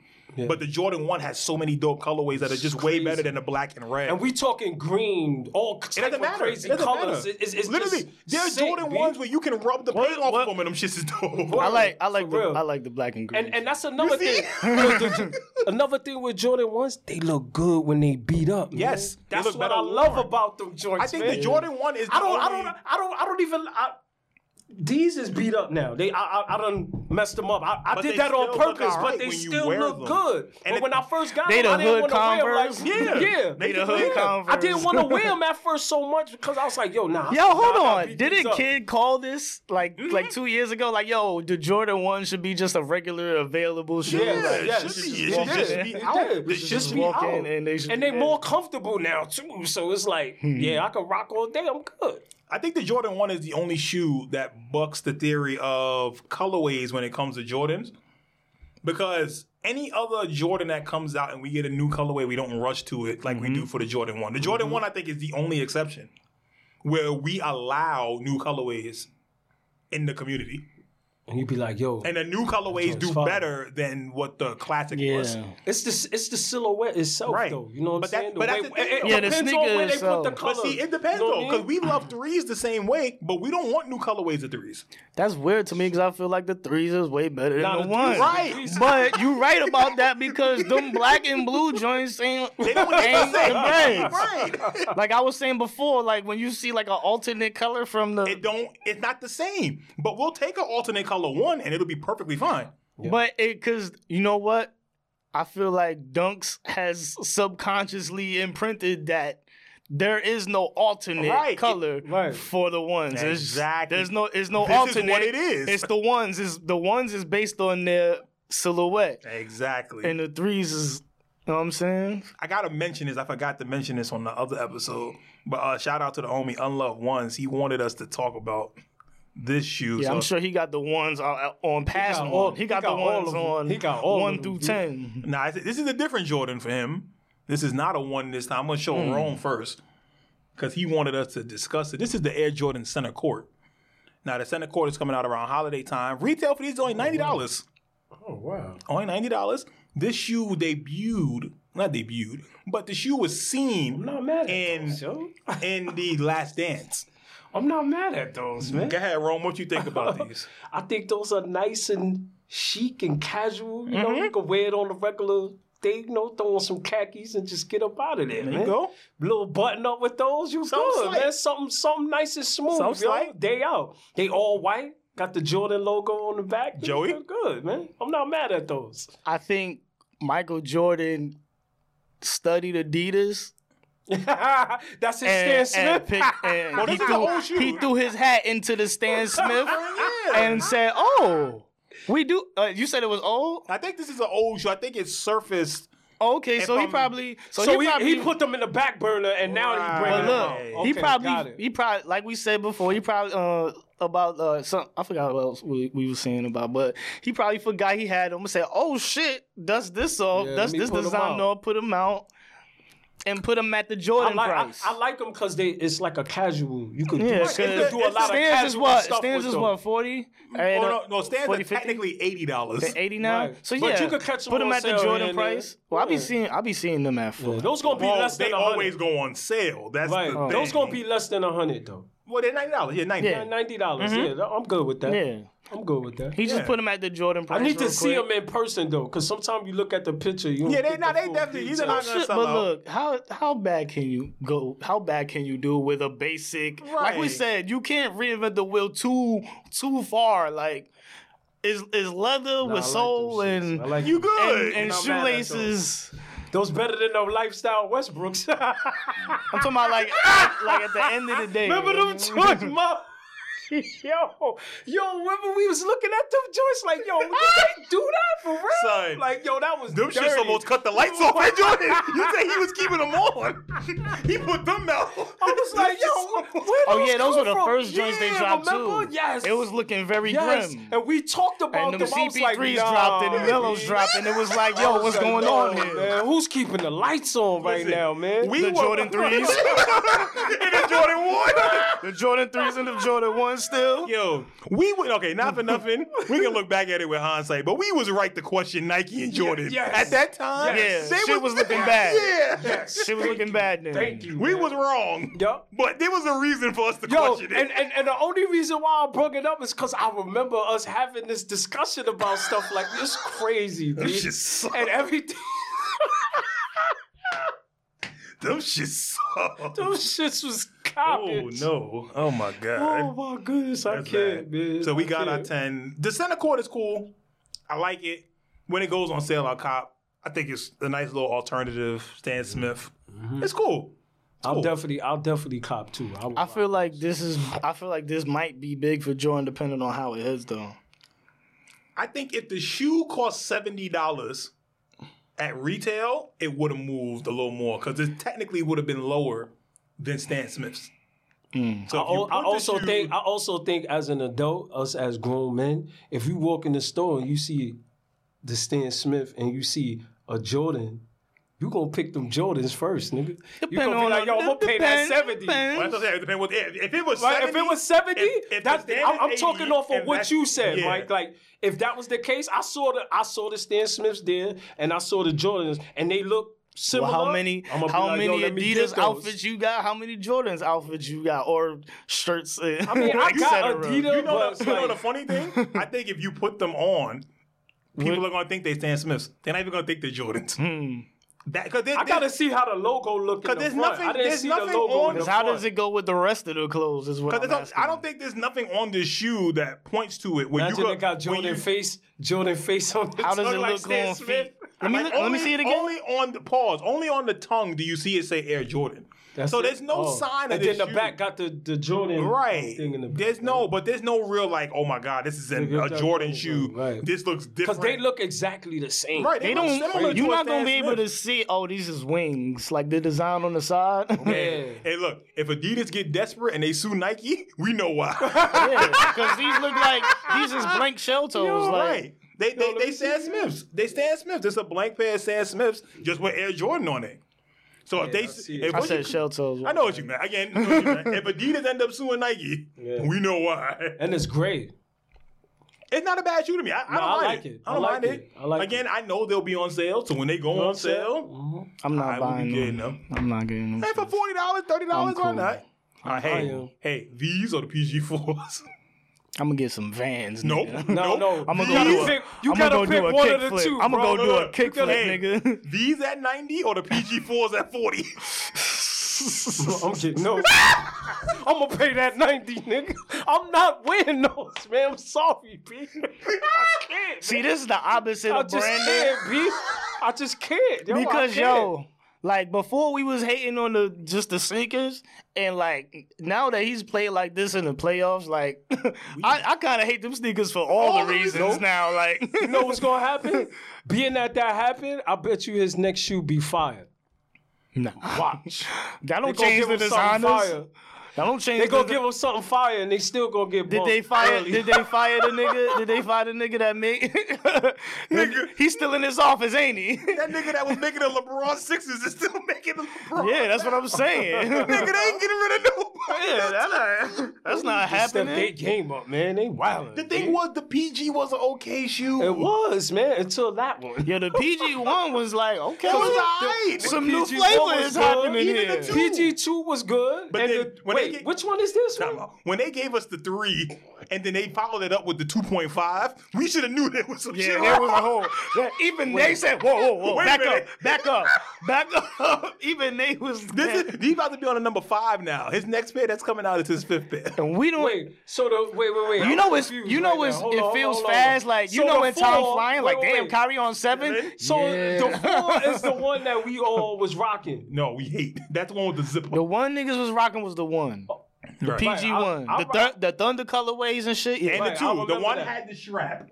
S1: But the Jordan one has so many dope colorways that are just way
S2: crazy.
S1: better than the black and red.
S2: And we talking green, all
S1: it
S2: type
S1: doesn't
S2: of
S1: matter.
S2: crazy
S1: it doesn't
S2: colors.
S1: Matter.
S2: It- It's, it's
S1: Literally,
S2: just
S1: there's
S2: sick,
S1: Jordan
S2: B.
S1: ones where you can rub the paint off
S3: what-
S1: of them, and them shits is dope.
S3: I like I like
S2: For
S3: the
S2: real.
S3: I like the black and green.
S2: And, and that's another
S1: see?
S2: thing. another thing with Jordan ones, they look good when they beat up. man.
S1: Yes, they
S2: that's
S1: look
S2: what
S1: better
S2: I love
S1: worn.
S2: about them Jordan.
S1: I think the Jordan one is.
S2: I don't,
S1: the
S2: I
S1: only-
S2: don't, I don't, I don't even. I, these is beat up now. They, I, I, I done messed them up. I, I
S1: But
S2: did
S1: they
S2: that on
S1: still look
S2: purpose,
S1: all
S2: but
S1: right
S2: they
S1: when you
S2: still
S1: wear
S2: look
S1: them.
S2: good.
S1: And
S2: but
S1: it-
S2: when I first got
S3: They
S2: them, I
S3: the
S2: didn't
S3: hood
S2: want to wear them.
S3: Converse.
S2: Like, yeah, yeah.
S3: They the
S2: yeah.
S3: hood
S2: I didn't
S3: Converse.
S2: want to wear them at first so much because I was like, yo, nah.
S3: Yo,
S2: nah,
S3: hold
S2: nah,
S3: on.
S2: beat
S3: Did
S2: these
S3: a
S2: up. Mm-hmm.
S3: kid call this like like two years ago? Like, yo, the Jordan one should be just a regular available shoe.
S2: Yeah,
S3: like,
S2: yeah,
S3: you should
S2: it should- it
S3: just walk in
S2: should
S3: there.
S2: be
S1: It
S2: out.
S1: did.
S2: It
S1: They
S2: should
S1: just
S2: be
S3: walk
S2: out.
S3: in and they should-
S2: they Hmm.
S3: yeah.
S2: more comfortable now too. So it's like, yeah, I can rock all day. I'm good.
S1: I think the Jordan one is the only shoe that bucks the theory of colorways when it comes to Jordans, because any other Jordan that comes out and we get a new colorway, we don't rush to it like we do for the Jordan one. The Jordan one, I think, is the only exception where we allow new colorways in the community,
S2: And you'd be like, yo,
S1: and the new colorways do
S2: fire.
S1: better than what the classic was.
S3: Yeah.
S2: it's the it's the silhouette itself
S1: Right.
S2: though. You know what
S1: But
S2: I'm
S1: that-
S2: saying?
S1: but
S2: way,
S1: that's the
S2: it,
S1: thing,
S2: it
S1: though.
S3: Yeah, the
S2: depends on
S3: sneaker
S2: where they put
S3: itself.
S2: the
S3: But
S2: color.
S1: But see, it depends
S2: You know what I
S1: though,
S2: mean?
S1: because we love threes the same way, but we don't want new colorways of threes.
S3: That's weird to me because I feel like the threes is way better than
S2: Nah,
S3: the,
S2: the
S3: ones.
S2: threes-
S1: Right.
S2: the threes-
S3: But you right about that because them black and blue joints ain't,
S1: They don't want
S3: ain't the
S1: the
S3: braids.
S1: same. Right.
S3: Like I was saying before, like when you see like an alternate color from the
S1: it don't it's not the same but we'll take an alternate color one and it'll be perfectly fine
S3: But it, cause you know what, I feel like Dunks has subconsciously imprinted that there is no alternate
S1: Right, it-
S3: color
S2: right.
S3: for the ones. It's-
S1: Exactly.
S3: there's no. It's no
S1: This is what
S3: alternate.
S1: it is.
S3: It's the ones. Is the ones is based on their silhouette,
S1: exactly
S3: and the threes is. You know what I'm saying?
S1: i gotta mention this i forgot to mention this on the other episode but uh shout out to the homie unloved ones he wanted us to talk about this shoe
S3: Yeah,
S1: so
S3: I'm sure he got the ones on, on past
S2: got
S3: one.
S2: all-
S3: he got,
S2: he got
S3: the
S2: all
S3: ones
S2: of 'em.
S3: on
S2: He got all
S3: one
S2: of 'em,
S3: through
S2: dude.
S3: ten.
S1: nah I said, this is a different jordan for him this is not a one this time i'm gonna show
S3: Hmm.
S1: rome first because he wanted us to discuss it this is the air jordan center court now the center court is coming out around holiday time retail for these is only $90
S2: oh wow,
S1: only ninety dollars. This shoe debuted, not debuted, but the shoe was
S2: I'm
S1: seen
S2: not mad at
S1: And-
S2: those. Yo.
S1: in the Last Dance.
S2: I'm not mad at those, man.
S1: Go ahead, Rome. What you think about these?
S2: I think those are nice and chic and casual. You know, you can wear it on a regular day, you know, throw on some khakis and just get up out of there,
S1: There
S2: man.
S1: you go.
S2: Little button up with those, you
S1: Something
S2: good,
S1: slight.
S2: man. Something, something nice and smooth,
S1: Something
S2: yo.
S1: slight.
S2: Day out. They all white. Got the Jordan logo on the back. They
S1: Joey?
S2: look good, man. I'm not mad at those.
S3: I think Michael Jordan studied Adidas
S2: That's his Stan
S3: and,
S2: Smith.
S3: and pick, and
S1: Well,
S3: he,
S1: Oh, this is
S3: threw,
S1: an old shoe.
S3: he threw his hat into the Stan Smith and said, "Oh, we do." Uh, you said it was old.
S1: I think this is an old shoe. I think it surfaced.
S3: Okay, so he
S1: I'm-
S3: probably so,
S2: so
S3: he,
S2: he,
S3: probably
S2: he put them in the back burner, and now he's
S1: Right.
S3: But
S2: bringing
S3: look,
S2: them
S1: Hey.
S2: up.
S3: he
S2: Okay, got
S3: probably
S2: it.
S3: he probably like we said before, he probably uh about uh some I forgot what else we, we were saying about, but he probably forgot he had them and said, Oh shit, dust this off,
S2: Yeah, let
S3: dust
S2: me
S3: this
S2: put 'em
S3: design
S2: out."
S3: off, put them out, and put them at the
S2: I
S3: Jordan
S2: like I,
S3: price.
S2: I like them because they it's like a casual. You can do,
S3: yeah, cause
S2: you can do a
S1: it's-
S2: lot of
S3: Stans is
S2: casual
S3: what
S2: stuff
S3: Stans
S2: with
S3: is
S2: them.
S3: what forty.
S1: Oh no, no, Stan's are
S3: 40, 50?
S1: technically eighty dollars.
S3: eighty now.
S2: Right.
S3: So yeah,
S2: But you could catch 'em
S3: put them
S2: on
S3: at the
S2: sale
S3: Jordan
S2: and-
S3: price. Well, I be
S2: Yeah.
S3: seeing I be seeing them at full.
S2: Those gonna be
S1: Well,
S2: less
S1: they
S2: than a
S1: always
S2: hundred.
S1: go on sale. That's
S2: Right, Oh.
S1: the
S2: those
S1: thing.
S2: gonna be less than a hundred though.
S1: well, they're ninety dollars. Yeah, ninety.
S3: Yeah.
S2: Ninety dollars. Yeah, I'm good with that.
S3: Mm-hmm. yeah,
S2: I'm good with that.
S3: he just
S1: Yeah.
S3: put them at the Jordan price.
S2: I need
S3: real
S2: to see
S3: quick.
S2: them in person though, because sometimes you look at the picture. You don't
S1: Yeah, they-
S2: get
S1: nah,
S2: the
S1: they
S2: full
S1: definitely- these are
S2: detail.
S1: not-
S3: Shit,
S1: sell
S3: but
S1: out.
S3: look, how how bad can you go? How bad can you do with a basic? Like we
S1: Right.
S3: said, you can't reinvent the wheel too too far. Like is is leather
S2: I
S3: with
S2: like them
S3: sole
S2: shits.
S3: and,
S2: I like
S1: You
S2: them.
S1: good?
S3: and and
S1: Not mad at those.
S3: shoelaces.
S2: those better than the lifestyle Westbrooks.
S3: I'm talking about like at- like at the end of the day.
S2: Remember
S3: you know
S2: them
S3: what I mean?
S2: joints, mom? yo, yo, remember we was looking at them joints like, yo, did they do that for real?
S1: Son.
S2: like, yo, that was
S1: Them
S2: dirty.
S1: shits almost cut the lights off at Jordan. You say he was keeping them on. he put them out.
S2: I was like, yo, where, where
S3: Oh yeah, those
S2: come
S3: were the
S2: from?
S3: first joints
S2: Yeah,
S3: they dropped
S2: remember?
S3: too.
S2: Yes,
S3: it was looking very
S2: yes.
S3: grim.
S2: and we talked about
S3: And
S2: them.
S3: them
S2: I was like,
S3: CP3s
S2: nah,
S3: dropped and the
S2: man.
S3: Mellows dropped, and it was like, yo, what's
S2: Like,
S3: going
S2: yo,
S3: on here?
S2: Man, who's keeping the lights on right
S1: Listen,
S2: now, man?
S1: we
S3: The
S1: were-
S3: Jordan threes,
S1: in the Jordan one.
S3: the Jordan threes, and the Jordan one still.
S1: Yo, we would okay, not for nothing. We can look back at it with hindsight, but we was right to question Nike and Jordan
S2: yes.
S1: at that time.
S3: Yes.
S1: they
S3: Yeah, shit was looking bad.
S1: Yeah,
S3: She was looking bad then.
S2: Thank you.
S1: we
S2: man.
S1: was wrong.
S2: Yup.
S1: But there was a reason for us to
S2: Yo,
S1: question
S2: and,
S1: it.
S2: and, and the only reason why I brought it up is because I remember us having this discussion about stuff like this crazy,
S1: them
S2: dude.
S1: shits suck.
S2: and everything.
S1: them shits suck.
S2: Those shits was
S1: oh
S2: copied.
S1: no. Oh my
S2: Oh
S1: god.
S2: my goodness, I
S1: That's bad.
S2: can't, man.
S1: So we
S2: I
S1: got our
S2: can't.
S1: ten. The center court is cool. I like it. When it goes on sale, I cop. I think it's a nice little alternative. Stan Smith.
S2: Mm-hmm.
S1: It's cool.
S2: I'll
S1: Cool.
S2: definitely, I'll definitely cop too. I,
S3: I feel like this is. I feel like this might be big for Jordan, depending on how it hits, though.
S1: I think if the shoe cost seventy dollars at retail, it would have moved a little more because it technically would have been lower than Stan Smith's. So
S2: I,
S1: if you
S2: al- I
S1: put the
S2: also
S1: shoe-
S2: think, I also think, as an adult, us as grown men, if you walk in the store and you see the Stan Smith and you see a Jordan. You gonna pick them Jordans first, nigga. You gonna be like, yo, I'm gonna pay that seventy.
S1: Well, that's what I'm saying. It depend what- if if it was
S2: Right,
S1: 70,
S2: if it was 70,
S1: if- if
S2: that's
S1: the standard
S2: I'm, I'm
S1: 80,
S2: talking off of
S1: and
S2: what
S1: that's-
S2: you said,
S1: yeah.
S2: Mike. Like if that was the case, I saw the I saw the Stan Smiths there and I saw the Jordans and they look similar.
S3: Well, how many?
S2: I'ma be
S3: How
S2: like, yo,
S3: many
S2: let me get
S3: Adidas
S2: those.
S3: outfits you got? How many Jordans outfits you got, or shirts? I
S2: mean, I got Adidas.
S1: You know,
S2: But,
S1: the, you know
S2: like-
S1: the funny thing? I think if you put them on, people are gonna think they Stan Smiths. They're not even gonna think they're Jordans. That because
S2: I gotta see how the logo look. Because
S1: Cause there's nothing-
S2: I didn't
S1: there's
S2: see
S1: nothing
S2: the logo
S1: on
S2: in the
S1: the
S3: How
S2: front.
S3: does it go with the rest of the clothes? Is what I'm
S1: Because
S3: asking.
S1: I don't think there's nothing on this shoe that points to it. Where
S2: Imagine
S1: you
S2: they got
S1: when
S2: Jordan
S1: you-
S2: face, Jordan face on. The
S3: How does
S2: tongue
S3: it
S2: like
S3: look
S2: Stan
S3: on
S2: Smith.
S3: feet? Let me
S1: Like,
S3: look- let me see it again.
S1: Only on the pause, only on the tongue do you see it say Air Jordan.
S2: That's
S1: so
S2: it.
S1: there's no
S2: Oh.
S1: sign of
S2: And
S1: this
S2: then the
S1: shoe.
S2: back got the the Jordan
S1: Right.
S2: thing in the back.
S1: There's no, but there's no real like, oh my God, this is an,
S2: Look
S1: a
S2: at that
S1: Jordan
S2: logo,
S1: shoe.
S2: right.
S1: This looks
S2: because
S1: different.
S2: they look exactly the same.
S1: right. They,
S3: They
S1: look
S3: don't.
S1: similar to
S3: You're
S1: a
S3: not
S1: Stan
S3: gonna be able
S1: Smith.
S3: to see. Oh, these is wings, like the design on the side.
S2: Yeah.
S1: Hey, look, if Adidas get desperate and they sue Nike, we know why.
S3: because these look like these is blank shell toes.
S1: You're
S3: like,
S1: right. They they,
S2: let
S1: they
S2: me
S1: Stan Smiths. They Stan Smiths. It's a blank pair of Stan Smiths, just with Air Jordan on it. So if
S2: Yeah, I
S1: they,
S2: see it.
S1: if
S3: I
S1: what
S3: said
S1: you-
S3: shell toes.
S1: I know what you meant. Again, I know what you meant. if Adidas end up suing Nike,
S2: Yeah.
S1: we know why.
S2: and it's great.
S1: It's not a bad shoe to me. I, I
S2: No,
S1: don't
S2: I
S1: mind
S2: like
S1: it.
S2: it.
S1: I don't
S2: I like
S1: mind it.
S2: it. I like
S1: Again, I know they'll be on sale. So when they go on sale,
S2: Mm-hmm.
S3: I'm not
S1: I will
S3: buying
S1: be
S3: them.
S1: getting them.
S3: I'm not getting
S1: Hey,
S3: them.
S1: for forty dollars, thirty dollars,
S3: I'm cool.
S1: why not? Uh,
S2: am.
S1: hey, hey, these are the PG fours.
S3: I'm gonna get some Vans.
S1: nope.
S3: nigga.
S2: No,
S1: nope.
S2: no.
S3: I'ma
S2: You
S3: go
S2: gotta
S3: do a-
S2: pick- You
S3: I'ma
S2: gotta
S3: go do
S2: pick
S3: a
S2: one of the
S3: kickflip.
S2: two.
S3: I'ma
S2: bro.
S3: go do a kickflip, nigga.
S1: These at ninety or the PG fours at forty?
S2: I'm kidding. No. I'm gonna pay that 90, nigga. I'm not wearing those, man. I'm sorry, B. I can't.
S3: See, this is the opposite
S2: I
S3: of
S2: just
S3: branding
S2: can't, B. Oh, I just can't. Yo, I
S3: because
S2: can't.
S3: yo, Like before, we was hating on the just the sinkers, and like now that he's played like this in the playoffs, like I, I kind of hate them sneakers for all,
S2: All
S3: the
S2: the
S3: reasons
S2: reasons.
S3: now. Like
S2: You know what's gonna happen? Being that that happened, I bet you his next shoe be fire.
S3: no,
S2: Watch.
S3: that
S2: They gonna
S3: don't change
S2: give
S3: the
S2: him something fire.
S3: designers. That don't change.
S2: They
S3: the
S2: gonna
S3: desi-
S2: give him something fire, and they still gonna get.
S3: Did
S2: bumped
S3: they fire?
S2: early.
S3: Did they fire the nigga? Did they fire the nigga that made? nigga, he's still in his office, ain't he?
S1: That nigga that was making the LeBron sixes is still making the LeBron.
S3: yeah, that's what I'm saying.
S1: Nigga, they ain't getting rid of nobody.
S3: yeah, that not, that's not
S2: They stepped
S3: happening.
S2: their game up, man? They wild.
S1: The thing was, the PG was an okay shoe.
S2: it was man until that one.
S3: Yo, the PG one was like okay,
S1: was alright.
S3: some
S2: The
S3: new
S2: PG
S3: flavor
S2: one was
S3: is
S2: good.
S3: happening
S1: Even
S3: here.
S1: the two-
S2: PG two was good.
S1: But
S2: and
S1: then
S2: the-
S1: when they
S2: wait,
S1: get-
S2: which one is this
S1: Nah,
S2: one?
S1: nah. When they gave us the three, and then they followed it up with the two point five, we should have knew there was some
S3: yeah,
S1: shit.
S3: there
S1: wrong.
S3: was a whole. yeah, even they said, "Whoa, whoa, whoa!
S1: Wait a
S3: Back up,
S1: minute.
S3: back up, back up!" Even they was.
S1: This is, he's about to be on a number five now. His next pair that's coming out is his fifth pair.
S3: and we don't.
S2: Wait, so the wait, wait, wait.
S3: You
S2: I'm
S3: know it's
S2: confused
S3: you know
S2: right
S3: it's
S2: now. Hold
S3: it
S2: on, hold
S3: feels
S2: on, hold on.
S3: fast like you
S2: So
S3: know
S2: the
S3: when time
S2: four-
S3: flying
S2: wait,
S3: like
S2: wait,
S3: damn
S2: wait.
S3: Kyrie on seven.
S2: So
S3: Yeah.
S2: the four is the one that we all was rocking.
S1: No, we hate. That's the one with the zip
S3: The
S1: up.
S3: one niggas was rocking was the one.
S1: The
S3: PG one.
S2: I- I
S3: The,
S2: rock-
S3: thun- the thunder colorways and shit. Yeah.
S1: and
S2: Right,
S1: the
S2: I
S1: two. The
S2: remember
S1: one
S2: that.
S1: had the strap,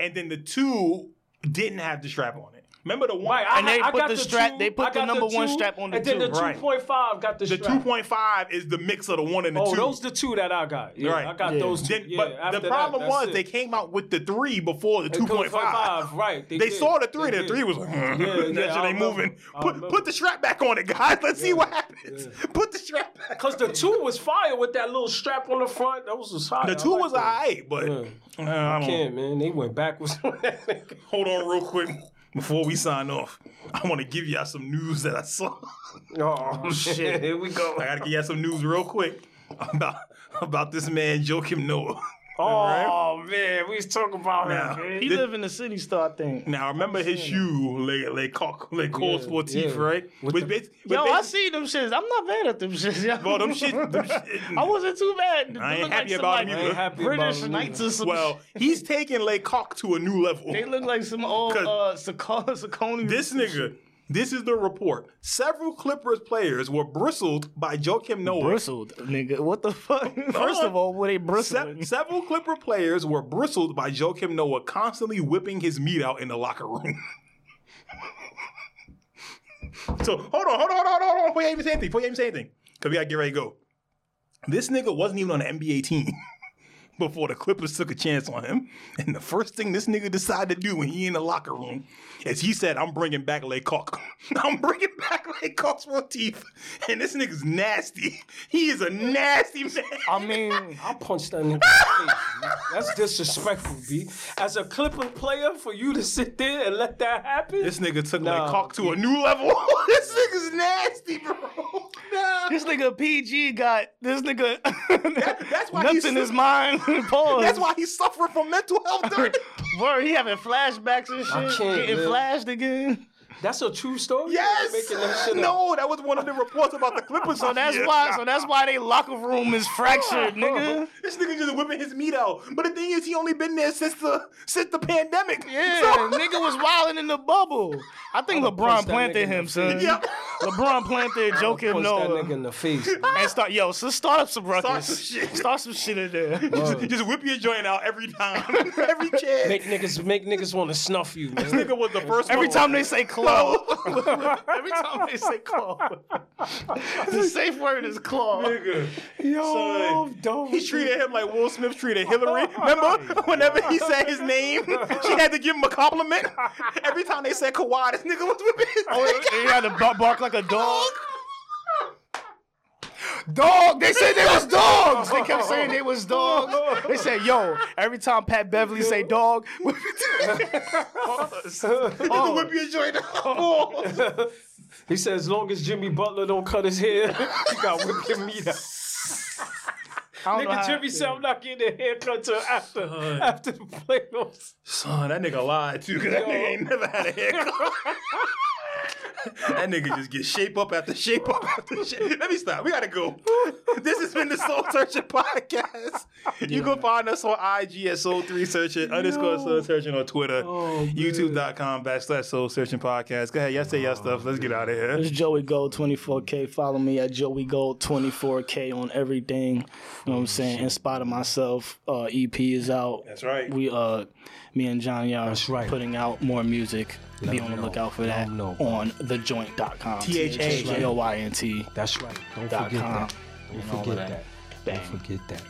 S1: and then the two didn't have the strap on it. Remember the one?
S2: Right, I,
S3: And they
S2: I
S3: put
S2: got
S3: the
S2: the
S3: strap-
S2: Two,
S3: they put
S2: I
S3: the
S2: got
S3: number one
S2: two,
S3: strap on the
S2: and then
S3: two.
S2: the
S1: Right.
S2: two point five got the,
S1: the
S2: strap.
S1: two point five is the mix of the one and the
S2: Oh,
S1: two.
S2: those the two that I got. Yeah,
S1: Right.
S2: I got
S3: Yeah.
S2: those two.
S1: Then-
S2: yeah, after
S1: but the
S2: that,
S1: problem
S2: that's
S1: was
S2: it.
S1: they came out with the three before the two point
S2: 2.5,
S1: five.
S2: right. They
S1: They
S2: did.
S1: saw the three.
S2: They
S1: The
S2: did.
S1: three was like,
S2: yeah,
S1: that shit
S2: I
S1: ain't
S2: remember.
S1: moving.
S2: I
S1: Put,
S2: remember.
S1: put the strap back on it, guys. Let's see what happens. Put the strap back.
S2: Cause the two was fire with that little strap on the front. That was was high.
S1: The two was alright, but
S2: Yeah.
S1: Uh, I don't-
S2: Yeah, man, they went backwards. Oh, on that nigga.
S1: hold on real quick before we sign off. I want to give y'all some news that I saw.
S2: oh shit! Here we go.
S1: I gotta give y'all some news real quick about about this man Joakim Noah.
S2: Oh man, we was talking about
S1: Now,
S2: him. Man.
S3: He live in the city star thing.
S1: Now remember his shoe, Le Le Coq Le Cor
S2: Yeah,
S1: Sportif,
S2: yeah.
S1: right?
S2: With
S1: Which
S2: the-
S1: basi- which
S3: Yo, I
S1: basi-
S3: see them shits. I'm not mad at them shits. Yo.
S1: Well, them shit- them shit-
S3: I wasn't too bad.
S1: I
S3: They
S1: ain't
S3: look
S1: happy
S3: like
S1: about them
S3: some, like,
S1: either. I ain't
S2: happy about
S3: British
S2: them
S3: knights
S2: either.
S3: or some.
S1: Well, he's taking Le Coq to a new level.
S3: they look like some old
S1: 'Cause
S3: uh, Sac- Saccone.
S1: This nigga, this is the report. Several Clippers players were bristled by Joakim Noah.
S3: bristled, nigga. What the fuck? First
S1: on.
S3: of all, were they bristling?
S1: Se- several Clipper players were bristled by Joakim Noah constantly whipping his meat out in the locker room. so hold on, hold on, hold on, hold on, hold on. Before you even say anything, before you even say anything, because we gotta get ready to go. This nigga wasn't even on the NBA team before the Clippers took a chance on him. And the first thing this nigga decided to do when he in the locker room is he said, "I'm bringing back Lay Cock. I'm bringing back Lay Cock's motif." And this nigga's nasty. He is a nasty man.
S3: I mean,
S2: I punched that nigga. in the face, man. That's disrespectful, B. As a Clipper player, for you to sit there and let that happen.
S1: This nigga took
S2: Nah.
S1: like cock to a new level. this nigga's nasty, bro. Nah.
S3: this nigga PG got this nigga
S1: that's why
S3: nuts
S1: he's-
S3: in his mind. Pause.
S1: That's why he's suffering from mental health. during-
S3: Bro, he having flashbacks and shit.
S2: I can't,
S3: Getting
S2: man.
S3: flashed again.
S2: That's a true story. They
S1: yes.
S2: Making that shit up.
S1: No, that was one of the reports about the Clippers.
S3: So that's why. So that's why they locker room is fractured, nigga.
S1: This nigga just whipping his meat out. But the thing is, he only been there since the since the pandemic.
S3: Yeah,
S1: So-
S3: nigga was wilding in the bubble. I think LeBron
S2: punch that nigga
S3: planted
S2: in the
S3: him,
S2: face.
S3: son.
S1: Yeah.
S3: LeBron planted Joakim
S2: Punched that nigga
S3: Noah.
S2: in the face.
S3: And start, yo, so start up some
S1: some
S3: ruckus.
S1: shit.
S3: Start some shit in there.
S1: Just, just whip your joint out every time, every chance.
S2: Make niggas make niggas want to snuff you, man.
S1: nigga was the first
S3: Every
S1: one.
S3: time they say claw. Every time they say claw. the safe word is claw.
S1: Nigga.
S2: Yo,
S1: Son.
S2: dope.
S1: He treated him like Will Smith treated Hillary. Remember, whenever he said his name, she had to give him a compliment. Every time they said Kawhi, this nigga was whipping his dick.
S3: They had to bark, bark like a dog. Dog. They said they was dogs. They kept saying they was dogs. They said, yo, every time Pat Beverly say dog,
S1: Nigga whip your joint out.
S2: He said, as long as Jimmy Butler don't cut his hair, he got whipped your meat out.
S3: I don't know
S2: Nigga,
S3: how-
S2: Jimmy said, I'm not getting a haircut till after, after the playoffs.
S1: Oh, Son, that nigga lied too, 'cause that nigga ain't never had a haircut. That nigga just get shape up after shape up after shape. Let me stop. We gotta go. This has been the Soul Searching podcast. You can find us on IG at Soul Three Searching underscore Soul Searching on Twitter, YouTube.com backslash Soul Searching podcast. Go ahead, y'all say y'all stuff. Let's get out of here.
S3: It's Joey Gold 24K. Follow me at Joey Gold 24K on everything. You know what I'm saying? In spite of myself, uh, EP is out.
S4: That's right.
S3: We uh, me and Johnny are
S2: That's right.
S3: putting out more music. Be
S2: them
S3: on the
S2: know.
S3: lookout for
S2: Let
S3: that
S2: them know.
S3: on thejoint.com.
S4: T-H-A.
S3: T-H-A-Y-N-T.
S2: That's right. Don't
S3: Dot
S2: forget
S3: com.
S2: that. Don't
S3: And all of
S2: forget
S3: that.
S2: that.
S3: Bang.
S2: Don't forget that.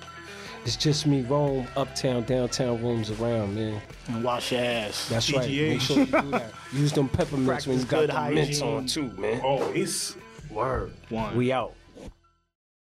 S2: It's just me, Rome, uptown, downtown, rooms around, man.
S3: And wash your ass.
S2: That's right.
S4: PGA.
S2: Make sure you do that. Use them peppermints when you
S3: Practice good
S2: got the mints
S3: hygiene.
S2: on too, man.
S4: Oh, it's
S2: Word.
S3: One.
S2: We out.